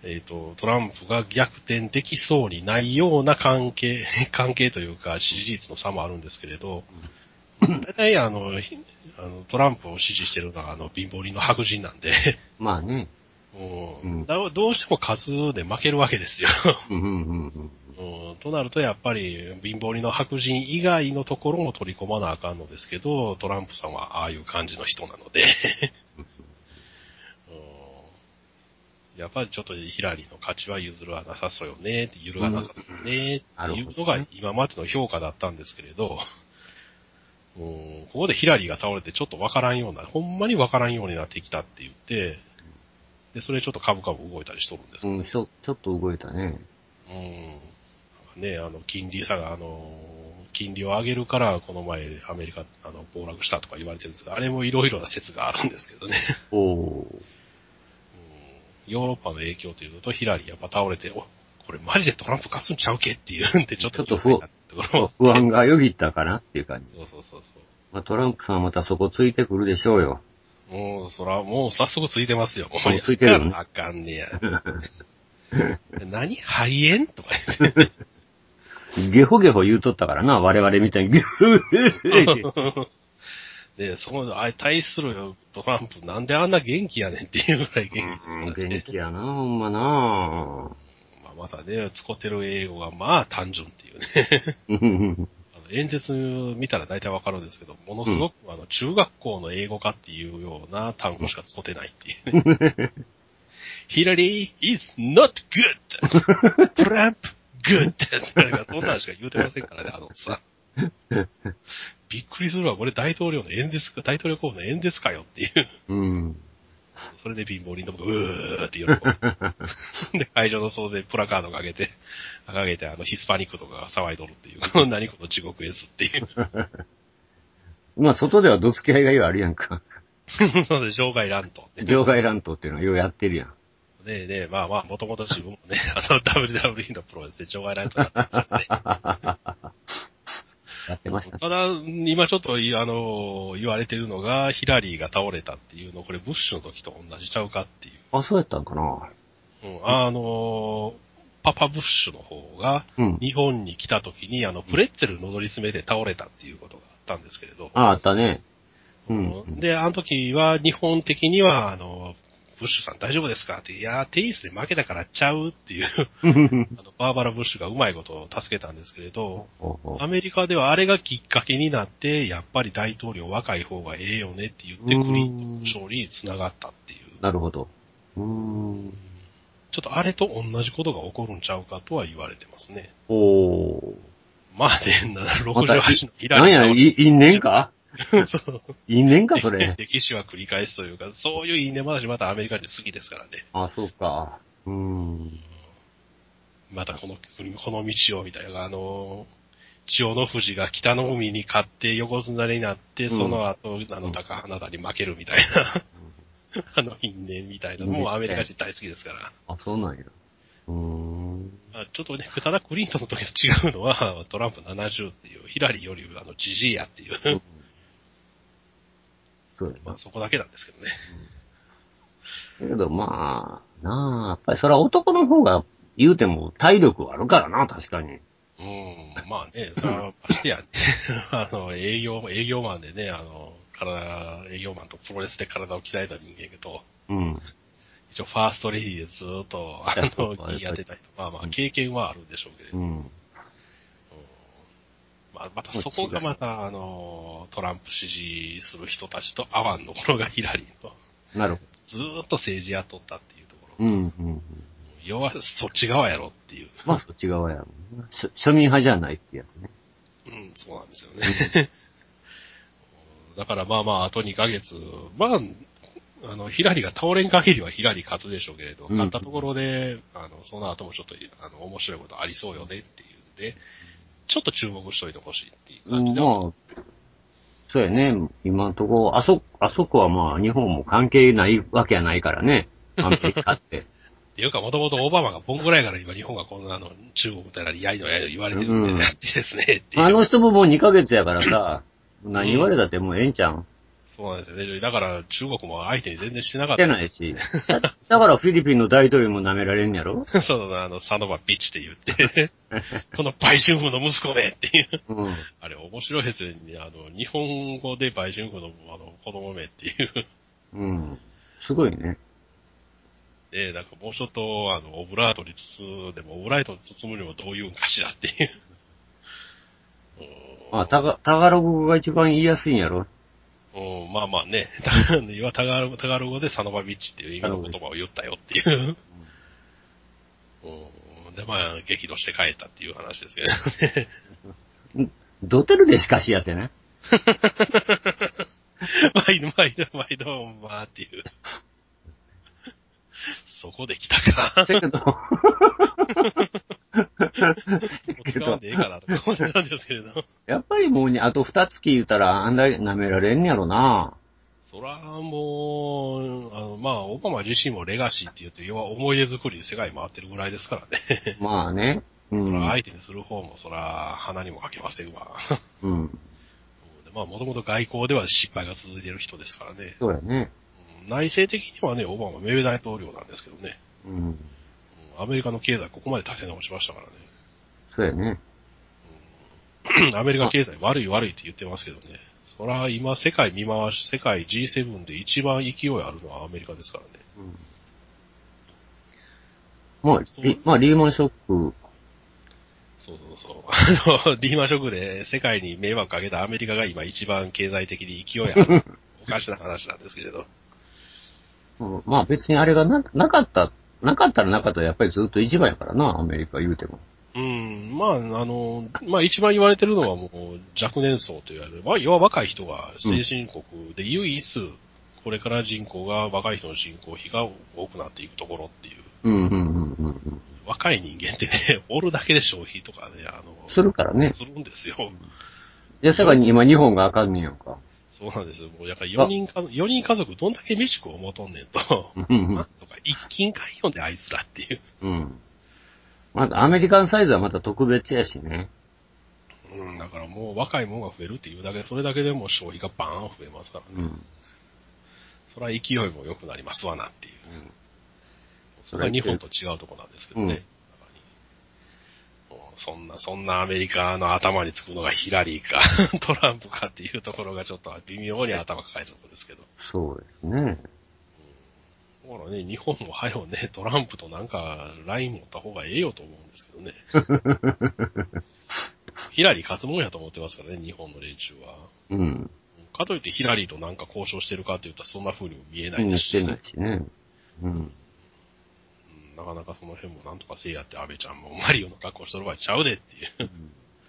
C: えっ、と、トランプが逆転できそうにないような関係、 関係というか支持率の差もあるんですけれど、大体あの、ひあのトランプを支持してるのはあの貧乏人の白人なんで、
D: まあね。
C: もう
D: うん
C: だどうしても数で負けるわけですよ。
D: うん、うん、うん。
C: うんとなるとやっぱり貧乏人の白人以外のところも取り込まなあかんのですけど、トランプさんはああいう感じの人なので、うんやっぱりちょっとヒラリーの価値は譲るはなさそうよね、って揺るがなさそうよね、っていうのが今までの評価だったんですけれど、うんここでヒラリーが倒れてちょっとわからんような、ほんまにわからんようになってきたって言って、で、それちょっと株価も動いたりしとるんですけど
D: うん、ちょ、ちょっと動いたね。
C: うん。ねあの、金利差が、あの、金利を上げるから、この前、アメリカ、あの、暴落したとか言われてるんですが、あれもいろいろな説があるんですけどね。
D: おお。
C: うんヨーロッパの影響というのと、ヒラリーやっぱ倒れて、おこれマジでトランプ勝つんちゃうけっていうんで、ちょっと
D: ちょっと不
C: なところも
D: 不安がよぎったかなっていう感じ。
C: そうそうそうそう。
D: まあ、トランプさんはまたそこついてくるでしょうよ。
C: もう、そら、もう早速ついてますよ。
D: うついてるよね
C: あかんね や。何肺炎とか
D: ゲホゲホ言うとったからな、我々みたい に。ゲホゲホって
C: 言って。で、その、あ対するトランプ、なんであんな元気やねんっていうぐらい元気
D: うん元気やな、ほんまな。
C: まあ、またね、使ってる英語がまあ単純っていうね。
D: うん
C: あの演説見たら大体わかるんですけど、ものすごく、あの中学校の英語化っていうような単語しか使ってないっていうね。 ヒラリー is not good! トランプ good! なんかそんなんしか言うてませんからね、あのさ。びっくりするわ、これ大統領の演説か、大統領候補の演説かよっていう。
D: うん。
C: それで貧乏人どもがうーって喜 ぶ。で、会場の外でプラカード掲げて、掲げて、あの、ヒスパニックとかが騒いどるっていう、 この何この地獄絵図っていう。
D: まあ、外ではどつき合いがようあるやんか。
C: そうです、場外乱闘 って。
D: 場外乱闘っていうのはようやってるやん。
C: ねえねえ、まあまあ、もともと自分もね、あの、WWE のプロレスで場外乱闘だったんですね。
D: やってましたね。
C: ただ、今ちょっと、いあの、言われてるのが、ヒラリーが倒れたっていうの、これブッシュの時と同じちゃうかっていう。
D: あ、そうやったんかな。
C: うん、あの、パパブッシュの方が、
D: うん。
C: 日本に来た時に、あの、プレッツェルのどり詰めで倒れたっていうことがあったんですけれど、
D: あ、あったね。うん。
C: で、あの時は、日本的には、あの、ブッシュさん大丈夫ですかって、いやー、テニスで負けたからちゃうっていう、 あの、バーバラ・ブッシュがうまいことを助けたんですけれど、
D: ほうほう
C: アメリカではあれがきっかけになって、やっぱり大統領若い方がええよねって言って、クリントンの勝利につながったっていう、
D: なるほど。うーん。
C: ちょっとあれと同じことが起こるんちゃうかとは言われてますね。
D: おー。
C: まあね、68のイラ
D: なん
C: リー
D: や、
C: 倒れ
D: い、因縁か因縁か、そ れ。
C: 歴史は繰り返すというか、そういう因縁話またアメリカ人好きですからね。
D: あ、そうか。うーん。
C: またこの、この道をみたいな、あの、千代の富士が北の海に勝って横綱になって、
D: うん
C: その後、あの、高花田に負けるみたいな、 あの因縁みたいな、もうアメリカ人大好きですから。
D: あ、そうなんや。うーん。
C: あちょっとね、ただクリントンの時と違うのは、トランプ70っていう、ヒラリーより、あの、ジジイやっていう、
D: そうや
C: ま
D: な
C: あ。そこだけなんですけどね。
D: だけどまあ、なあ、やっぱりそれは男の方が言うても体力はあるからな、確かに。
C: うん、まあね、それはましてや ね、あの、営業、営業マンでね、あの、体、営業マンとプロレスで体を鍛えた人間と、
D: うん。
C: 一応ファーストレディーでずーっと、あの、言い当てたりとか、まあ経験はあるんでしょうけれど、
D: うん。
C: まあまたそこがまた、あの、トランプ支持する人たちとアワンの頃がヒラリーと、
D: なるほ
C: ずーっと政治やっとったっていうところ。
D: ど。うん、うんうん。
C: 要はそっち側やろっていう。
D: まあ、そっち側やろうな。庶庶民派じゃないってやつね。
C: うん、そうなんですよね。 だからまあまあ、あと2ヶ月、まあ、あの、ヒラリが倒れん限りはヒラリ勝つでしょうけれど、
D: うん
C: 勝ったところで、あの、その後もちょっと、あの、面白いことありそうよねっていうんで、ちょっと注目しといてほしいっていう
D: う
C: 感じ
D: ん、
C: で。
D: まあ、そうやね。今のところ、あそ、あそこはまあ、日本も関係ないわけやないからね。アメリカって。
C: って いうか、もともとオバマがポンぐらいから今日本がこんなあの、中国みたいなやいのやいの言われてるんで、
D: うん
C: やってですね、っていう
D: あの人ももう2ヶ月やからさ、何言われたってもうええんちゃうん
C: そうなんですよね。だから中国も相手に全然してなかっ
D: して
C: た。
D: ないし。だだからフィリピンの大統領も舐められんやろ
C: そうだ、あの、サノバビッチって言 って、この売春婦の息子めっていう。
D: うん。
C: あれ、面白いですよね。あの、日本語で売春婦のあの子供めっていう。
D: うん。すごいね。
C: で、なんかもうちょっと、あの、オブラートに包んでも、オブラートに包むにもどういうんかしらっていう。
D: あ、タガ、タガログ語が一番言いやすいんやろ
C: うん、まあまあね、 いわタガルタガル語でサノバビッチっていう意味の言葉を言ったよっていう。うん、で、まあ、激怒して帰ったっていう話ですけど ね。
D: ドテルでしかしやせ ね。
C: 毎度、毎度、毎度、まあって いう。そこで来たか。
D: せやけど、
C: 使わんでええかなとか思ってたんですけれど。
D: やっぱりもうね、あと二月言うたらあんだけ舐められんやろな。
C: そら、もう、あの、まあ、オバマ自身もレガシーって言うと、要は思い出作りで世界回ってるぐらいですからね。
D: まあね。うん。
C: 相手にする方も、そら、鼻にもかけませんわ。
D: うん。
C: まあ、もともと外交では失敗が続いてる人ですからね。
D: そうやね。
C: 内政的にはね、オバマ、名大統領なんですけどね、
D: うん。
C: うんアメリカの経済ここまで立て直しましたからね。
D: そうやね。
C: アメリカ経済悪い悪いって言ってますけどね。そら今世界見回し、世界 G7 で一番勢いあるのはアメリカですからね。
D: まあ
C: そう
D: リ、まあ、リーマンショック、
C: そうそうそう。リーマンショックで世界に迷惑かけたアメリカが今一番経済的に勢いあ る。おかしな話なんですけれど。
D: うんまあ別にあれがななかった、なかったらなかったらやっぱりずっと一番やからな、アメリカ言うても。
C: うん、まあ、あの、まあ一番言われてるのはもう若年層というわれまあ、要は若い人が先進国で唯一、これから人口が若い人の人口比が多くなっていくところっていう。
D: うんうんうんうんうん。
C: 若い人間ってね、おるだけで消費とかね、あの、
D: するからね。
C: するんですよ。
D: で、世界に今日本があかんねんやんか。
C: そうなんですよ。もうやっぱり4人か、四人家族どんだけ飯食を求んねんと。
D: うん
C: なんとか一斤買いよんであいつらっていう。
D: うん。うん。またアメリカンサイズはまた特別やしね。
C: うん、だからもう若いもんが増えるっていうだけ、それだけでもう消費がバーン増えますからね。
D: うん。
C: それは勢いも良くなりますわなっていう。それは日本と違うとこなんですけど
D: うん
C: ね。もうそんな、そんなアメリカの頭につくのがヒラリーか、トランプかっていうところがちょっと微妙に頭抱えるところですけど。
D: そうですね。
C: ほらね、日本もはよね、 トランプとなんか、ライン持った方がええよと思うんですけどね。 ヒラリー勝つもんやと思ってますからね、日本の連中は。
D: うん。
C: かといってヒラリーとなんか交渉してるかって言ったらそんな風にも見えな
D: う
C: い
D: ん、
C: です
D: してない
C: ね
D: しね。うん。
C: うんなかなかその辺もなんとかせいやって安倍ちゃんもマリオの格好しとる場合ちゃうでっていう、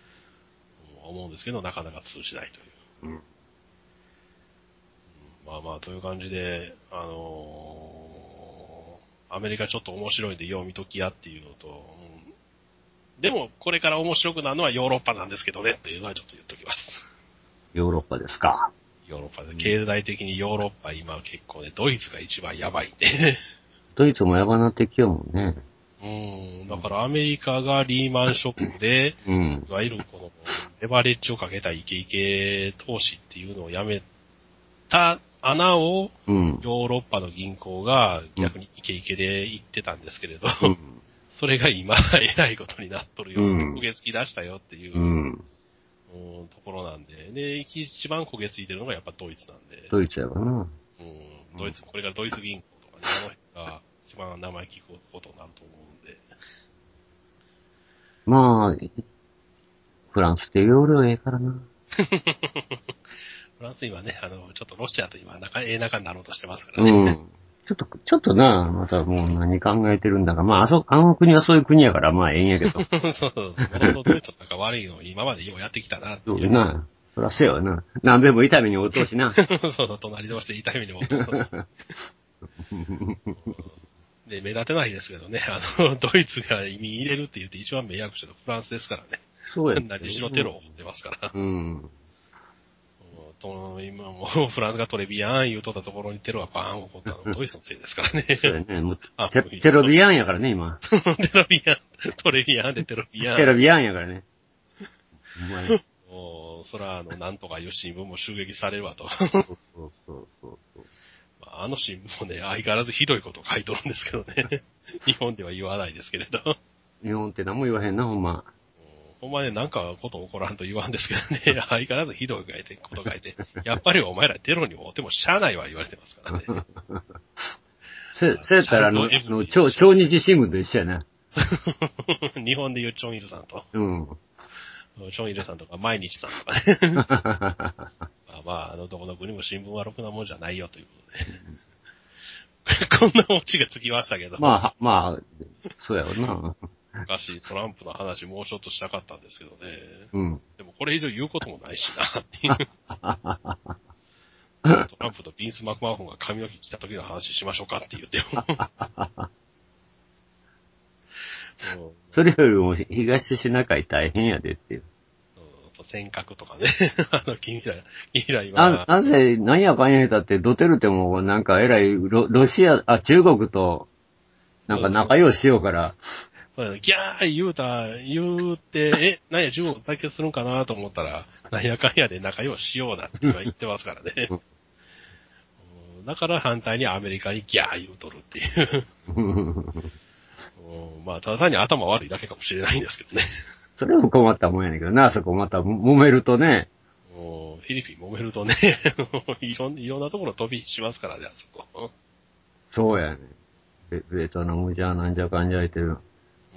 C: 思うんですけど、なかなか通じないという。う
D: うん
C: んまあまあ、という感じで、あのーアメリカちょっと面白いんでよう見ときやっていうのと、うんでも、これから面白くなるのはヨーロッパなんですけどね、というのはちょっと言っときます。
D: ヨーロッパですか。
C: ヨーロッパで、経済的にヨーロッパ今結構ね、ドイツが一番やばいん で。
D: ドイツもやばなってきようもんね。
C: うん、だからアメリカがリーマンショックで、
D: うん
C: い。わゆるこの、レバレッジをかけたイケイケ投資っていうのをやめた穴を、
D: うん。
C: ヨーロッパの銀行が逆にイケイケで行ってたんですけれど、
D: うん。
C: それが今、 えらいことになっとるよ、
D: うん
C: 焦げつき出したよっていうう、
D: ん。
C: うんところなんで、で、一番焦げついてるのがやっぱドイツなんで、
D: ドイツやばな。
C: うん、ドイツ、これがドイツ銀行とかね、あの辺が一番名前聞くことになると思うんで、
D: まあ、フランスって容量ええからな。
C: フランス今ね、あの、ちょっとロシアと今、仲、ええ仲になろうとしてますからね。
D: うん。 ちょっと、ちょっとな、またもう何考えてるんだか。まあ、あそ、あの国はそういう国やから、まあええんやけ ど。
C: そうそうそう。俺のドイツなんか悪いのを今までようやってきたなって
D: そう
C: い
D: や
C: う。
D: な。そらせやわな。何べも痛みに落とうし な。
C: そう、隣同士で痛い目 にも。で、目立てないですけどね、あの、 ドイツが移民入れるって言って一番迷惑してるのフランスですからね。
D: そうや。
C: 何しろテロを持ってますから。
D: うん。
C: もうと今もうフランスがトレビアン言うとったところにテロがバーン起こった のドイツのせいですからね。
D: そうや ね。もう
C: あ
D: テ、テロビアンやからね、今。
C: テロビアン、トレビアンでテロビアン。
D: テロビアンやからね。お前。
C: もう、そら、あの、なんとかいう新聞も襲撃されるわと。
D: そうそうそうそう。
C: まああの新聞もね、相変わらずひどいことを書いとるんですけどね。日本では言わないですけれど。
D: 日本って何も言わへんな、ほんま。
C: ほんまね、なんかこと起こらんと言わんですけどね、 相変わらずひどい書いて、こと書いて、やっぱりお前らテロに追ってもしゃあないわ言われてますからね。
D: せ、せやったらあの、あ
C: ちゃんと
D: の、超、超日新聞と一緒やな。
C: 日本で言うチョンイルさんと、
D: うん。
C: チョンイルさんとか毎日さんとかね。 まあまあ、あの、どこの国も新聞はろくなもんじゃないよという ことで。こんなオチがつきましたけど、
D: まあ、はまあ、そうやろな。
C: 昔トランプの話もうちょっとしたかったんですけどね。
D: うん。
C: でもこれ以上言うこともないしな、って いう。トランプとビンス・マクマホンが髪の毛切った時の話しましょうかって言っても。うん
D: それよりも東シナ海大変やでっていう。
C: そう尖閣とかね。 あの、君ら、君ら
D: な
C: 今、、
D: なぜ、なんやかんや言うたって、ドテルテもなんか偉い、ロロシア、あ、中国と、なんか仲良しようから、
C: そうギャー言うた、言うて、え、なんや、中国対決するんかなと思ったら、なんやかんやで仲良ししようなって今言ってますからね。うんそうだから反対にアメリカにギャー言うとるっていう。うんまあ、ただ単に頭悪いだけかもしれないんですけどね。
D: それも困ったもんやねんけどな、あそこまた揉めるとね。
C: もうフィリピン揉めるとね、 いろんいろんなところ飛び火しますからね、あそこ。
D: そうやねん。ベベトナムじゃなんじゃかんじゃ言ってる。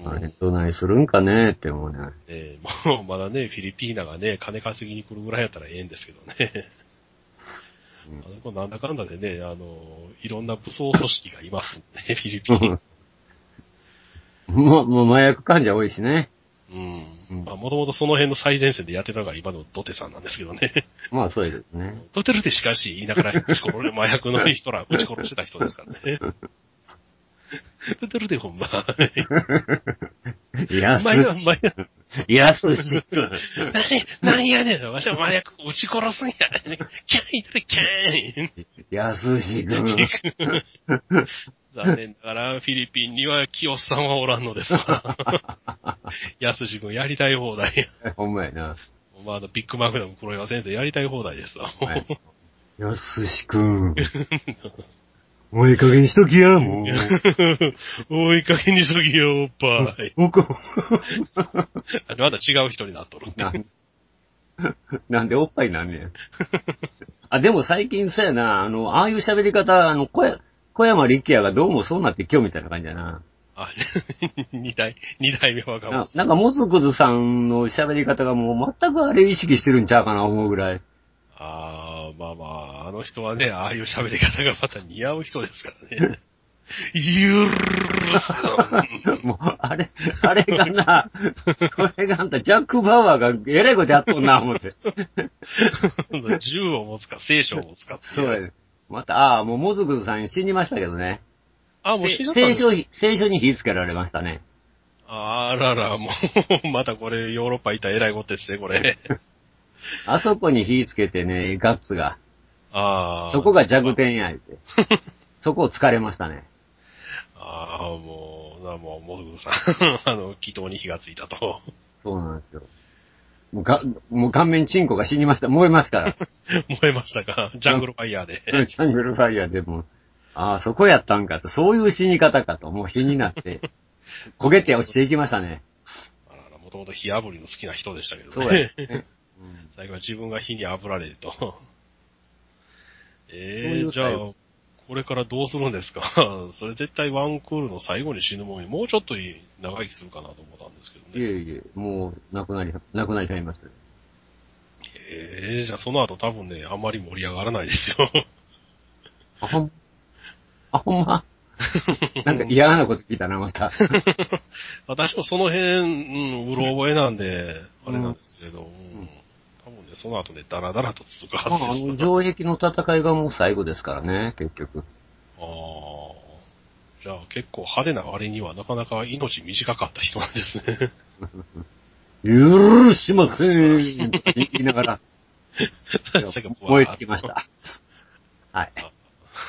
C: うん
D: あれ、どないするんかねって思うね。
C: ねもうまだね、フィリピーナがね、金稼ぎに来るぐらいやったらええんですけどね。あの子なんだかんだでね、あの、いろんな武装組織がいますん でね、フィリピン。
D: もう、もう麻薬患者多いしね。
C: うん。まあ、もともとその辺の最前線でやってたのが今のドテさんなんですけどね。
D: まあそうですね。
C: ドテルテしかし、言いなが ら、打ち殺れ、麻薬の人ら、打ち殺してた人ですからね。ドテルテほんま。
D: 安
C: 麻薬、
D: し
C: 麻、薬、
D: 安し。
C: なんなんやねん、わしは麻薬撃ち殺すんや。キャーン、いたれキャーン。
D: 安 し君。
C: 残念ながら、フィリピンには清さんはおらんのです わ。安志君やりたい放題。
D: ほんまやな。
C: まあ、あの、ビッグマグナム黒岩先生やりたい放題ですわ。
D: はい安し君。もういい加減にしとき や、もう。
C: おいかけにしときよ、おっぱい。
D: 僕、
C: あのまだ違う人になっとるって。
D: なんなんでおっぱいなんねん。あ、でも最近そうやな、あの、ああいう喋り方、あの、小や小山力也がどうもそうなって今日みたいな感じやな。
C: あ、 二代、二代目若
D: な
C: 者。
D: なんか、もずくずさんの喋り方がもう全くあれ意識してるんちゃうかな思う ぐらい。
C: ああ、まあまあ、あの人はね、ああいう喋り方がまた似合う人ですからね。ゆるーさ
D: もう、あれ、あれがな、これがあんた、ジャック・バウアーがえらいことやっとんな、思って。
C: ん 銃を持つか、聖書を持つかっていう
D: そうやね。また、ああ、もう、もずくずさん死にましたけどね。
C: あ、もう死んじゃったん
D: 聖
C: ですか
D: 書に、聖書に火つけられましたね。
C: あらら、もう、 またこれ、ヨーロッパ行ったら偉いことですね、これ。
D: あそこに火つけてね、ガッツが。
C: ああ。
D: そこが弱点や、って。そこを疲れましたね。
C: ああ、もう、な、もう、もずくさん、 あの、祈祷に火がついたと。
D: そうなんですよ。もうが、もう顔面チンコが死にました。燃えます から。
C: 燃えましたかジャングルファイヤーで。
D: ジャングルファイヤーでも、ああ、そこやったんかと、そういう死に方かと、もう火にな って、焦げて落ちていきましたね。
C: あらら、もともと火炙りの好きな人でしたけど
D: そう
C: ね
D: や。ね。うん
C: 最後は自分が火に炙られると。 え
D: そうい
C: えー、
D: う
C: じゃあ
D: タイ、
C: これからどうするんですか それ絶対ワンクールの最後に死ぬもんに、もうちょっといい長生きするかなと思ったんですけど
D: い
C: ね。
D: えいえ、もう、亡くなり、亡くなりちゃいました。
C: ええー、じゃあその後多分ね、あんまり盛り上がらないですよ。
D: あ、ほん、あ、ほん まなんか嫌なこと聞いたな、また。
C: 私もその辺、うん、うろ覚えなんで、あれなんですけれど、うん多分ね、その後ね、ダラダラと続く
D: ま
C: は
D: あ、あ
C: ず
D: の、
C: です。あ
D: 城壁の戦いがもう最後ですからね、結局。
C: あーじゃあ結構派手な割にはなかなか命短かった人なんですね。
D: 許しませ んとか言いながら、 燃え尽きまし。た。はい。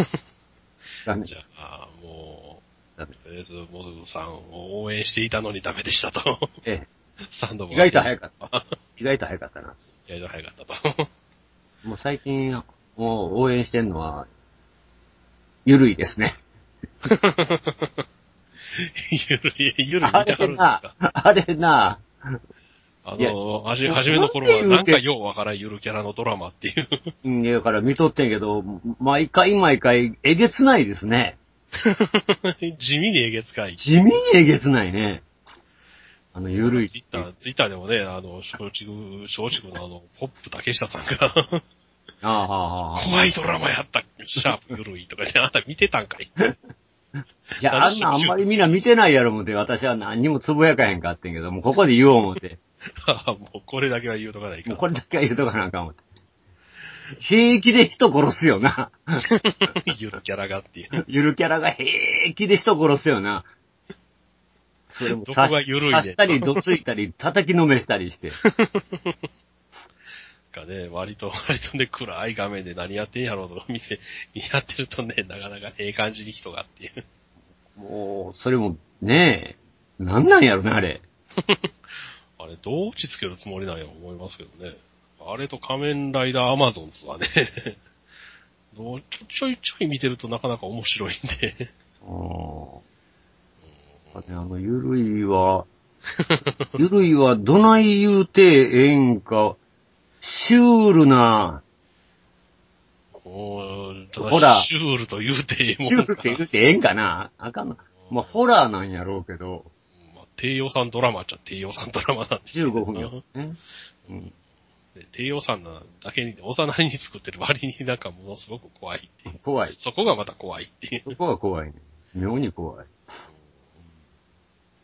D: 残念
C: じゃあ、もう、
D: ダ
C: と
D: メ
C: りあえず、モズさんを応援していたのにダメでした と。
D: え
C: スタンド
D: え、意外と早
C: かっ
D: かった。意外と早かったな。
C: た。意外と早かったと。
D: もう最近、もう応援してんのは、ゆるいですね。
C: ゆるい、ゆるい
D: あ
C: 見てはる
D: れ
C: んですか
D: な、あれな、
C: あ
D: いや
C: の、はじ、初めの頃は、
D: なんて言
C: な
D: うんて
C: かようわからんゆるキャラのドラマっていう。
D: うん、いやだから見とってんけど、毎回毎回、えげつないですね。
C: 地味にえげつかい。
D: 地味にえげつないね。あの、ゆるいっ
C: ツ
D: て
C: イッター、ツイッターでもね、あの、松竹、松竹のあの、ポップ竹下さんが、
D: ああ、ああ、ああ。
C: 怖いドラマやった、シャープゆるいとかね、あんた見てたんかい。
D: いや、あんなあんまりみんな見てないやろ思って、私は何にもつぶやかへんかってんけど、もうここで言おう思って。
C: ああもうこれだけは言うとかない
D: も
C: か
D: う。これだけは言うとかなんか思って。平気で人殺す よな。
C: ゆるキャラがっていう。
D: ゆるキャラが平気で人殺すよな。それも
C: どこが
D: 刺し
C: 緩いねん
D: 刺したり、どつい たり、叩きのめしたりして。
C: かね、割と、 割とね、暗い画面で何やってんやろうとか見て、 やってるとね、なかなかええ感じに人がっていう。
D: もう、それも、ねえ、なんなんやろな、あれ。
C: あれ、どう打ちつけるつもりなんや思いますけどね。あれと仮面ライダーアマゾンズはね、 どうちょいちょい見てるとなかなか面白いんで。
D: ああ。ね、あの、ゆるい は、ゆるいはどない言うてええんか、シュールな、
C: もう、た
D: ほ
C: だ、
D: ら
C: シュールと言うてええもん
D: シュ
C: か
D: ールって言うてええんかなあかんな。まあ、ホラーなんやろうけど、
C: まあ低予算ドラマっちゃ低予算ドラマなんですけど
D: 15分や。ね。うん。
C: で低予算なだけに、おざなりに作ってる割になんかものすごく怖いっていう。
D: 怖い。
C: そこがまた怖いっていう。
D: そこは怖いね。妙に怖い。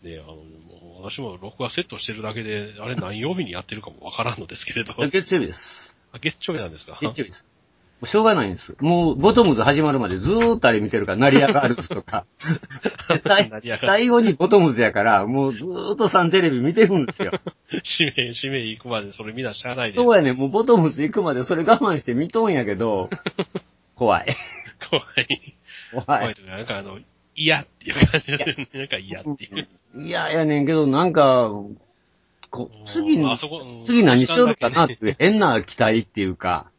C: で、あの、もう私も録画セットしてるだけで、あれ何曜日にやってるかもわからんのですけれど。
D: 月曜日です。
C: あ、月曜日なんですか
D: 月曜日です。もうしょうがないんです。もう、ボトムズ始まるまでずーっとあれ見てるから、成り上がると か。で最
C: 成り上がる
D: 最後にボトムズやから、もうずーっとサンテレビ見てる んですよ。
C: 指名、指名行くまでそれみんなしゃあないで。
D: そうやね、もうボトムズ行くまでそれ我慢して見とんやけど、怖い。
C: 怖い。怖
D: 怖
C: い
D: い。
C: というか、なんかあの、嫌っていう感じですね。なんか嫌っていう。
D: いや、やねんけど、なんか、こ次
C: うん
D: に
C: あ、そこ、うん
D: 次何しようかな
C: 時間だ
D: っ
C: けね
D: ていう変な期待っていうか、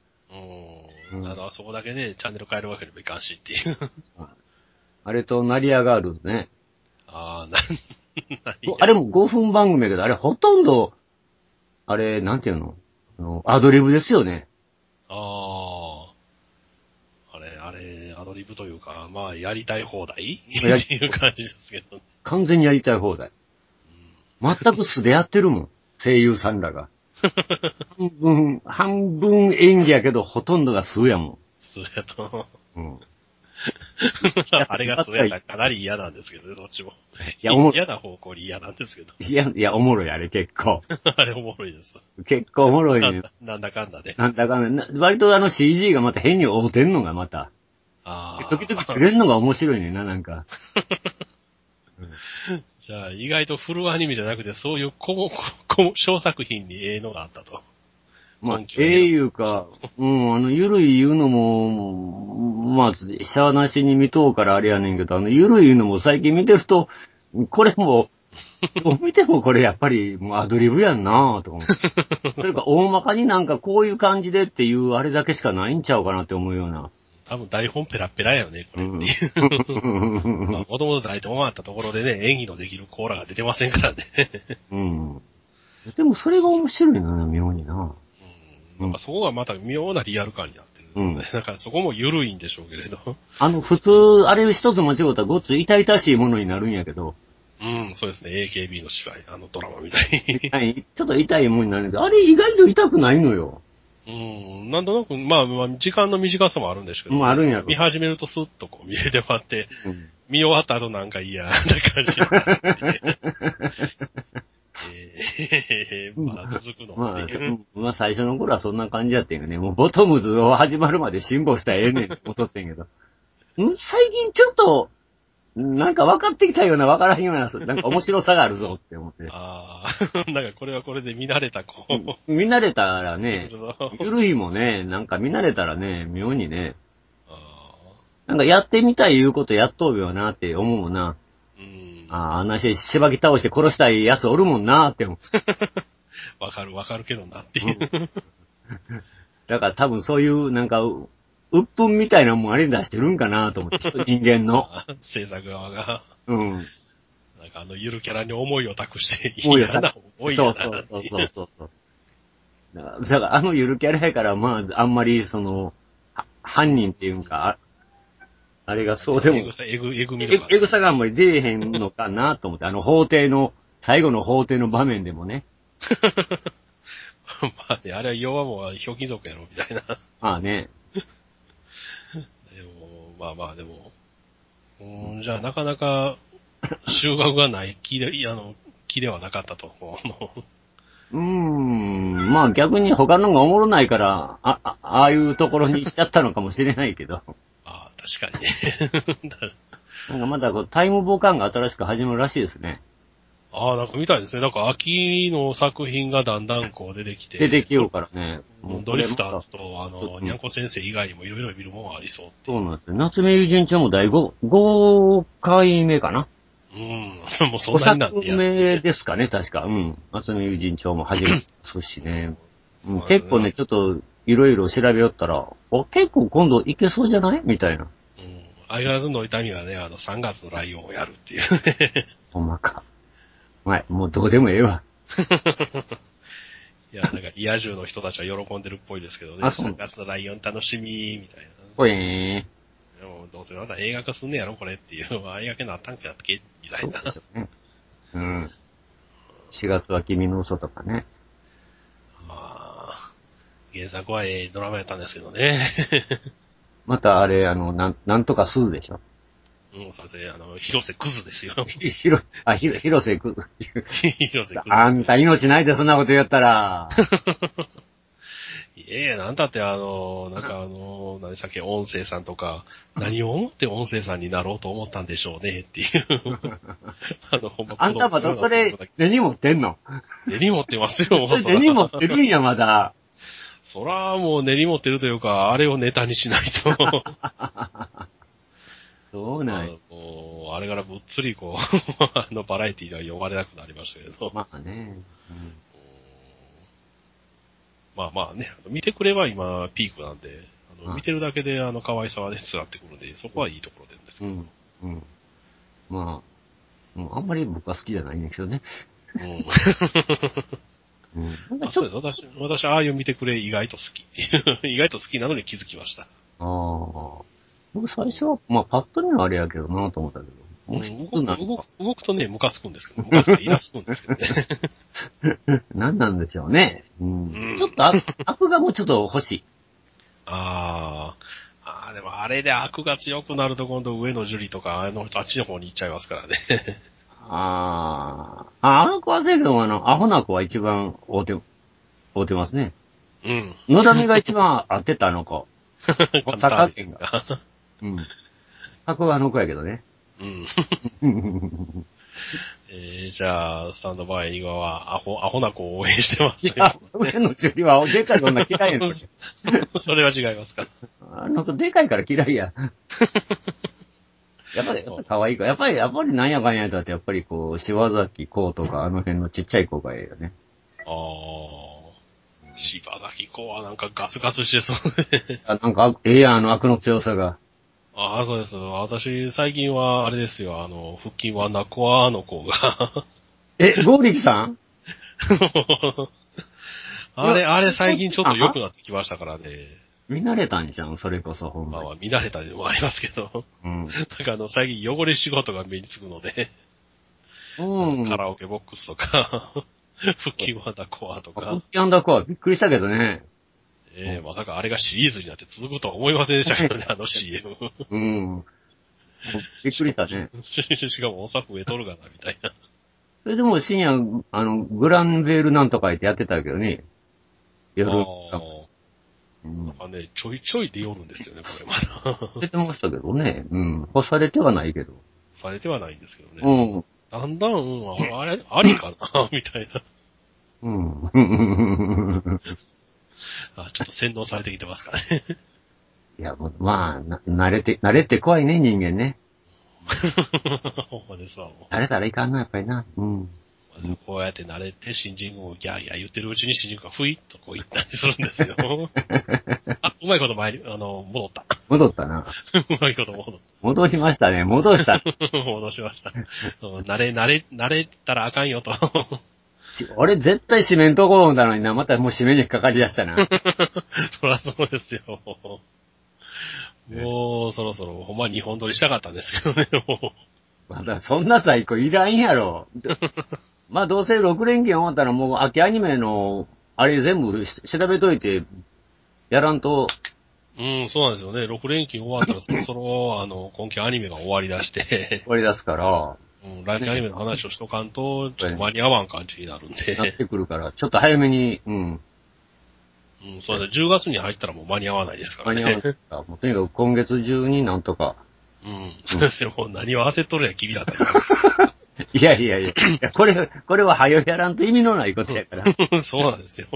C: うん。あの、あそこだけね、チャンネル変えるわけにもいかんしっていう。
D: あれと成り上がるね。
C: ああ、なん、 なんや
D: あれも5分番組やけど、あれほとんど、あれ、なんていうのあのアドリブですよね。
C: ああ。あれ、あれ、アドリブというか、まあ、やりたい放題
D: やり
C: っていう感じですけど、ね、
D: 完全にやりたい放題。全く素でやってるもん。声優さんらが。半分、半分演技やけど、ほとんどが素やも
C: そうやと。
D: ん。うん。
C: あれがそうやったらかなり嫌なんですけどね、どっちも。
D: いやおも
C: 嫌な方向に嫌なんですけど。
D: いや、いや、おもろい、あれ結構。
C: あれおもろいです。
D: 結構おもろい
C: なん
D: ね
C: だ。なんだかんだね。
D: なんだかんだ、な割とあの CG がまた変に合うてんのがまた、
C: ああ。
D: 時々釣れんのが面白いねんな、なんか。
C: じゃあ、意外とフルアニメじゃなくて、そういう小も、小も、小作品にええのがあったと。
D: まあ
C: 本、気を入れ
D: え
C: ろ
D: えいうか、 うん、あの、ゆるい言うのも、まあ、しゃあなしに見とうからあれやねんけど、あの、ゆるい言うのも最近見てると、これも、どう見てもこれやっぱりもうアドリブやんなぁと思う。それか大まかになんかこういう感じでっていうあれだけしかないんちゃうかなって思うような。
C: 多分台本ペラペラやよね、これっていう。
D: うん。
C: まあ、もともと台本あったところでね、演技のできるコーラが出てませんからね。
D: うん。でもそれが面白いな、妙にな。
C: うん なんかそこがまた妙なリアル感になってる、
D: うん
C: なんかそこも緩いんでしょうけれど。
D: あの、普通、あれ一つ間違うたらごっつ痛々しいものになるんやけど、
C: うん、そうですね。AKB の芝居、あのドラマみたいに。
D: はい、 ちょっと痛いものになるんやけど、あれ意外と痛くないのよ。
C: うん、なんとなく、まあ、まあ、時間の短さもあるんですけど、
D: まああるんやろ
C: 見始めるとスッとこう見れてま って、
D: うん
C: 見終わった後なんか嫌な感じになって。えー、まだ続くの、
D: まあ、
C: って
D: う
C: いうん
D: まあ最初の頃はそんな感じやってんよね。もうボトムズを始まるまで辛抱したらええねんって思っってんけど。 ん最近ちょっと、なんか分かってきたような分からんような、なんか面白さがあるぞって 思って。
C: ああ、なんかこれはこれで見慣れた子。
D: 見慣れたら ね、
C: あ
D: ゆるいもね、なんか見慣れたらね、妙にね、
C: あ
D: なんかやってみたいいうことやっとうよなって思うもんな。
C: うん
D: ああ、あんなし、しばき倒して殺したいやつおるもんなって思う。
C: わかるわかるけどなっていう。
D: だから多分そういう、なんか、う鬱憤みたいなもんあれに出してるんかなと思って、人間 の。
C: 制作側が、
D: うん。
C: なんかあのゆるキャラに思いを託して、
D: 思いを
C: 嫌な思いや
D: そ
C: な
D: うそうそうそうそうそう。だから、だからあのゆるキャラやから、まあ、あんまり、その、は犯人っていうんか、ああれがそうで
C: え
D: も
C: ぐ、さ、えぐ、えぐみと
D: え
C: か。
D: えぐさがあんまり出えへんのかなと思って、あの法廷の、最後の法廷の場面でもね、
C: まあね、あれは要はもう、ひょうきん族やろ、みたいな。
D: まあね、
C: でも、まあまあ、でも、うん、じゃあなかなか、収穫がない木で、いやあの、木ではなかったと 思う。あの
D: うーん、まあ逆に他のがおもろないから、あ、あああいうところに行っちゃったのかもしれないけど、
C: ああ、確かにね。
D: なんかまだこうタイムボカンが新しく始まるらしいですね。
C: ああ、なんか見たいですね。なんか秋の作品がだんだんこう出てきて。
D: 出てきようからね。
C: もうドリフターズと、あ
D: そ
C: の、
D: う
C: にゃんこ先生以外にもいろいろ見るもんありそうって。
D: そうなんですよ。夏目友人帳も第 5, 5回目かな
C: うん。 もうそん
D: 5
C: なになって
D: 作
C: やる。
D: 目で すかね、確か。うん。夏目友人帳も始まるそうしね。う
C: そうなんで
D: ん
C: すね
D: 結構ね、ちょっと、いろいろ調べよったら、お、結構今度いけそうじゃないみたいな。
C: うん。相変わらずの痛みはね、あの、3月のライオンをやるっていうね。
D: ほんまか。お前、もうどうでもええわ。
C: いや、なんか、リア充の人たちは喜んでるっぽいですけどね。
D: あそう
C: 3月のライオン楽しみ、みたい
D: ほえ
C: な。でも、どうせまだ映画化すんねやろ、これっていう。映画化なったんかっけみた
D: ー。そ
C: いうな。
D: でしょうね。うん。4月は君の嘘とかね。
C: あー原作はええドラマやったんですけど ね。
D: またあれ、あの、なん、なんとかするでしょ。
C: うん、それで、あの、広瀬クズです よ。
D: ひろ、あ、ひろ、広 瀬く、
C: 広瀬クズ。
D: あんた命ないでそんなこと言っ たら。
C: いえいえ、なんだってあの、なんかあの、何でしたっけ、音声さんとか、何を思って音声さんになろうと思ったんでしょうね、って いう。あの、ほんま
D: あんたまたそれ、根に持ってんの
C: 練り持ってますよ、もう
D: それ
C: そら
D: 根に持ってるんや、まだ。
C: そらもう練り持ってるというか、あれをネタにしないと。
D: そうなんや。
C: あのもうあれからぶっつりこう、 あの、バラエティでは呼ばれなくなりましたけど。
D: まあね。うん
C: まあまあね、見てくれば今ピークなんで、あ
D: は
C: の
D: い
C: 見てるだけであの可愛さはね、伝わってくるんで、そこはいいところでんですけ
D: う
C: ど。
D: ん。うん。まあ、もうあんまり僕は好きじゃないんだけどね。
C: うん
D: うん。なんか
C: あ
D: ちょ
C: そ
D: っ
C: うです。私、私、ああいう見てくれ意外と好き っていう。意外と好きなのに気づきました。
D: と、ああ。僕最初は、まあパッと見はあれやけどなと思ったけど。
C: う
D: もうん一つ
C: 動
D: な
C: く
D: ん
C: 動
D: か
C: く、動くとね、ムカつくんですけど、ムカつく、イラつくんですけどね。
D: 何なんでしょうね。うん。
C: うん
D: ちょっと悪悪がもうちょっと欲しい。
C: ああ。ああ、でもあれで悪が強くなると今度上野樹里とか、あの人あっちの方に行っちゃいますからね。
D: ああ。ああの子はせいけど、あの、アホな子は一番合うて、合うてますね。
C: うん。
D: 野田美が一番合ってた、あの子。
C: 簡単ですが。
D: うん。白はあの子やけどね。
C: うん。えー、じゃあ、スタンドバイ側は、アホ、アホな子を応援してます
D: い
C: ね。
D: や、上野樹里はでかいそんな嫌いやのに。
C: それは違いますか。
D: あの子でかいから嫌い や。やっぱり、やっぱ可愛い子。やっぱり、やっぱりなんやかんやだって、やっぱりこう、柴崎子とか、あの辺のちっちゃい子がええよね。
C: ああ。柴崎子はなんかガツガツしてそうね。
D: あなんか、ええやん、あの悪の強さが。
C: ああ、そうです。私、最近は、あれですよ、あの、腹筋はナコアの子が。
D: え、ゴーリキさん
C: あれ、あれ最近ちょっと良くなってきましたからね。
D: 見慣れたんじゃん、それこそ、ほん
C: まあま
D: ま
C: あ、見慣れたでもありますけど。
D: に。
C: なんかあの、最近汚れ仕事が目につくので、
D: うん。うん。
C: カ
D: 腹
C: ラオケボックスと か、腹筋はナコアとか、
D: 筋アンダーコアびっくりしたけどね。
C: えーまさかあれがシリーズになって続くとは思いませんでしたけど ね、あの CM。
D: うん。びっくりしたね。
C: しかも、おさふえとるがな、みたいな。
D: それでもう深夜、あの、グランベールなんとかってやってたけどね。夜。
C: あー
D: うん。
C: なんかね、ちょいちょい出よるんですよね、これまだ。
D: 出てましたけどね。うん。干されてはないけど。
C: されてはないんですけどね。
D: うん。
C: だんだん、うんああれ、ありかな、 みたいな。
D: うん。
C: あ、ちょっと洗脳されてきてますかね。
D: いや、もうまあ、な、慣れて、慣れて怖いね、人間ね。
C: ほんまですわ、も
D: 慣れたらいかんな、やっぱりな。うん。
C: う。こうやって慣れて、新人をギャーギャー言ってるうちに新人がふいっとこう行ったりするんですよ。あ、うまいこと前に、あの、戻った。
D: 戻ったな。
C: うまいこと戻っ
D: 戻りましたね。戻した。
C: た。戻しました。うん慣れ、慣れ、慣れたらあかんよと。
D: し俺絶対締めんところだのにな。またもう締めにかかりだしたな。
C: そらそうですよ。もう、そろそろ、ほんま日本撮りしたかったんですけどね、 も
D: まだそんな最高いらんや ろ。まあどうせ6連勤終わったらもう秋アニメの、あれ全部し調べといて、やらんと、
C: う。うん、そうなんですよね。6連休終わったらそろそろ、あの、今期アニメが終わりだして、
D: 終わり出すから、
C: うん、来期アニメの話をしとかんと、ちょっと間に合わん感じになるん
D: なっ
C: で、
D: てくるから、ちょっと早めに、うん、
C: うん、そうですね。10月に入ったらもう間に合わないですか
D: 間
C: ら
D: に合わ
C: ね
D: ん。 から、もうとにかく今月中になんとか。
C: うん。そうですね。もう何を焦っとるや、君らと。
D: いやいやいや、いやこれ、これは早よやらんと意味のないこと やから。
C: そうなんですよ。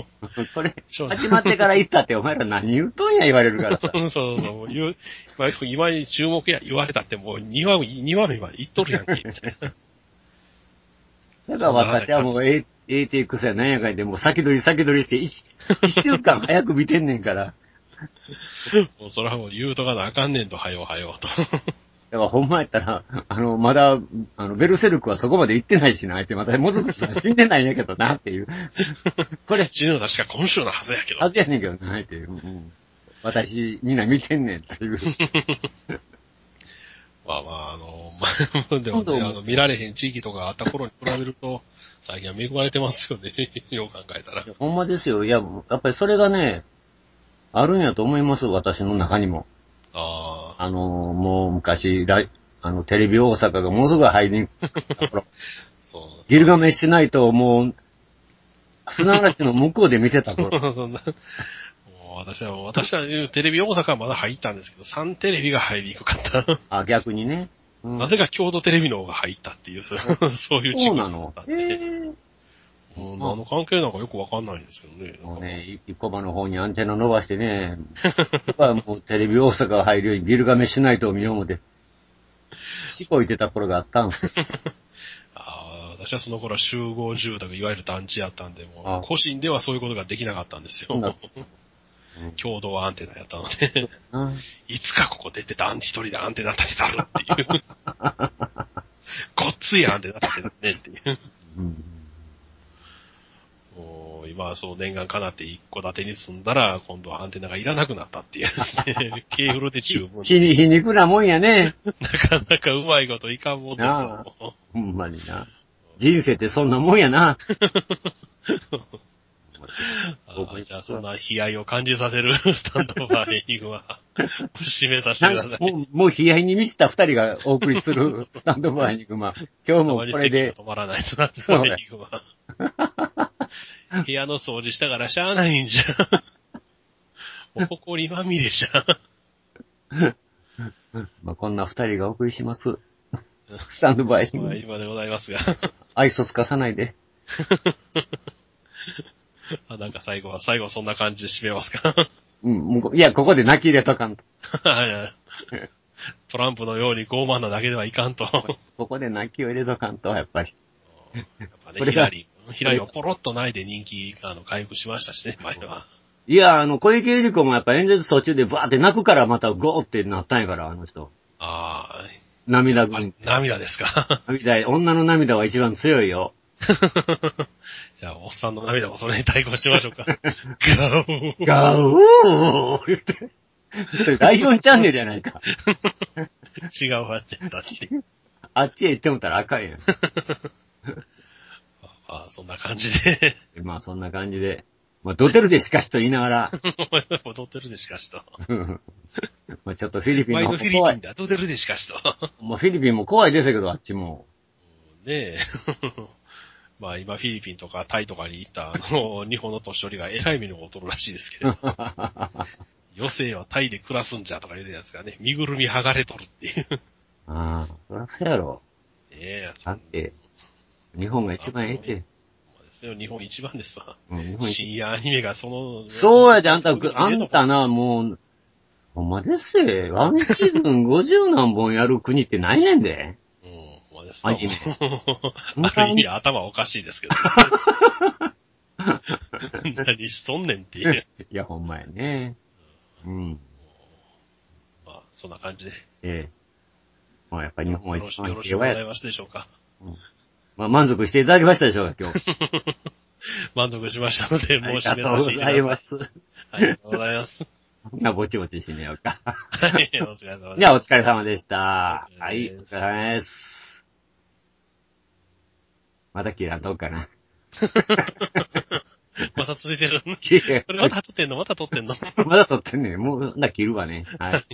D: これ、
C: そう
D: 始まってから言ったってお前ら何言うとんや言われるからさ。
C: そうそうそう。言うまあ今に注目や言われたってもう2話目、2話目まで言っとるやんけ、みたいな。
D: だから私はもう A- ATX やなんやかいで、もう先取り先取りして一、一週間早く見てんねんから。
C: もうそれはもう言うとかなあかんねんと、はようはようと。
D: だからほんまやったら、 あの、まだ、あの、ベルセルクはそこまで行ってないしな、って、またもずくさん死んでないんやけどな、って いう。これ、
C: 死ぬの確か今週のはずやけど。
D: はずやねんけどな、っていう。うん私、みんな見てんねん、っていう。
C: まあまあ、あの、まあ、でも
D: 今
C: ね、
D: 度
C: あの、見られへん地域とかあった頃に比べると、最近は恵まれてますよね。 よう考えたら。
D: ほんまですよ。いや、やっぱりそれがね、あるんやと思います、私の中にも。
C: ああ。
D: あの、もう昔、ラあの、テレビ大阪がものすごい入りにくかった 頃
C: そう。
D: ギルガメッシュナイトをもう、砂嵐の向こうで見てた 頃。
C: そんな。もう私は、私はテレビ大阪はまだ入ったんですけど、サンテレビが入りにくか った。
D: あ、逆にね。うん
C: なぜか京都テレビの方が入ったっていう、 そういう地
D: そう
C: 域
D: な
C: が
D: の
C: あっ。
D: え
C: て。
D: ー
C: もう何の関係なんかよくわかんないんですけどね。
D: もうね、い一個場の方にアンテナ伸ばしてね、僕はもうテレビ大阪が入るようにギルガメッシュナイトを見ようもで、しこいてた頃があった んですよ
C: ああ、私はその頃は集合住宅、いわゆる団地やったんで、
D: あ
C: もう、個人ではそういうことができなかったんです
D: そうなん
C: よ。 共同アンテナやったので、
D: な。
C: いつかここ出て団地一人でアンテナ立てたるっていう。 ごっついアンテナ立てたねっていう。
D: うん
C: もう今はそう念願かなって一戸建てに住んだら、今度はアンテナがいらなくなったっていうです ね。ケーブルで十分。
D: 皮肉皮肉なもんやね。
C: なかなかうまいこといかんもんですよ。もう
D: ほんまにな。人生ってそんなもんやな。
C: あーじゃあ、そんな悲哀を感じさせる スタンドバイエニグマ、締めさせ
D: な
C: て
D: ん
C: くださ
D: か
C: い。
D: もう、もう悲哀に満ちた二人がお送りす るスタンドバイニグマ。今日
C: た
D: も
C: まに
D: これ
C: 席が
D: で、
C: 止まらないスタンドバイエニグマ。部屋の掃除したからしゃあないんじゃ ん。お埃まみれじゃん。
D: まあ、こんな二人がお送りし ます。スタンドバイニグ
C: まあ
D: マ。
C: 今でございますが。
D: 愛想つかさないで。
C: あなんか最後は、最後はそんな感じで締めますか。
D: うん、もういや、ここで泣き入れとかんと。
C: はいはいトランプのように傲慢なだけではいかんと。やっ
D: ここで泣きを入れとかんと、やっぱり。
C: ぱ
D: こ
C: ね、
D: れが
C: ヒラリー、ヒラリーはポロッとないで人気、あの、回復しましたしね、前は。
D: いや、あの、小池百合子もやっぱ演説途中でバーって泣くからまたゴーってなったんやから、あの人。
C: ああ、
D: 涙
C: あ
D: ぐ
C: れ
D: ん。、
C: 涙ですか
D: 涙、女の涙は一番強いよ。
C: じゃあ、おっさんの涙もそれに対抗しましょうか。ガオー
D: ガオー言って。それ第4チャンネルじゃな いか。
C: 違うわっちゃったし。
D: あっちへ行ってもたらあかんやん。
C: ああそんな感じで、
D: まあそんな感じで。まあドテルでしかしと言いながら、
C: 踊ってるでしかしと。
D: まあちょっとフィリピン
C: マイ
D: の
C: ド
D: 方
C: フィリ
D: 怖
C: ピン
D: い。
C: で踊ってるでしかしと。
D: もうフィリピンも怖いですけど、あっ ちも。
C: ねえ。 まあ今フィリピンとかタイとかに行ったあの、 日本の年寄りが偉い目に劣るらしいですけれど。余生はタイで暮らすんじゃとか言うやつがね、身ぐるみ剥がれとるっていう。ね
D: ああ、そりゃそうやろ。
C: え、そ
D: だ
C: う
D: っ。て、日本が一番ええって。
C: ですよ、日本一番ですわ。
D: うん日本一
C: 深夜アニメがその、
D: そうやで、あんた、あんたな、もう、ほんまですよ。ワンシーズン50何本やる国ってないねんで。
C: うん、ほんまです
D: ア ニメ
C: メある意味頭おかしいです けど、ね。何しとんねんっていう。
D: いや、ほんまやね。うん。
C: まあ、そんな感じで。
D: ええ。もうやっぱり日本は
C: よろ
D: 一
C: しよ
D: 番
C: ろしくご
D: 平和
C: ざい
D: や。
C: ますでしょうか。
D: まあ満足していただきましたでしょうか、今日。
C: 満足しましたので、もう
D: あ
C: 締
D: り
C: め
D: がと
C: させ
D: うご
C: ていた
D: ざ
C: だ
D: い
C: き
D: ま
C: ます。
D: す。
C: ありがとうございます。
D: そんなぼちぼち締めようか。
C: はい、お疲れ様です。
D: じゃあお疲れ様でした。
C: お疲
D: は
C: れ
D: い、
C: 様
D: お
C: です
D: 疲れ様です。また切らんとこうかな。
C: また続いてる。
D: 切れ
C: これまた撮ってんのまた撮ってんの
D: まだ撮ってんねん。もう、ほんなら切るわね。はい。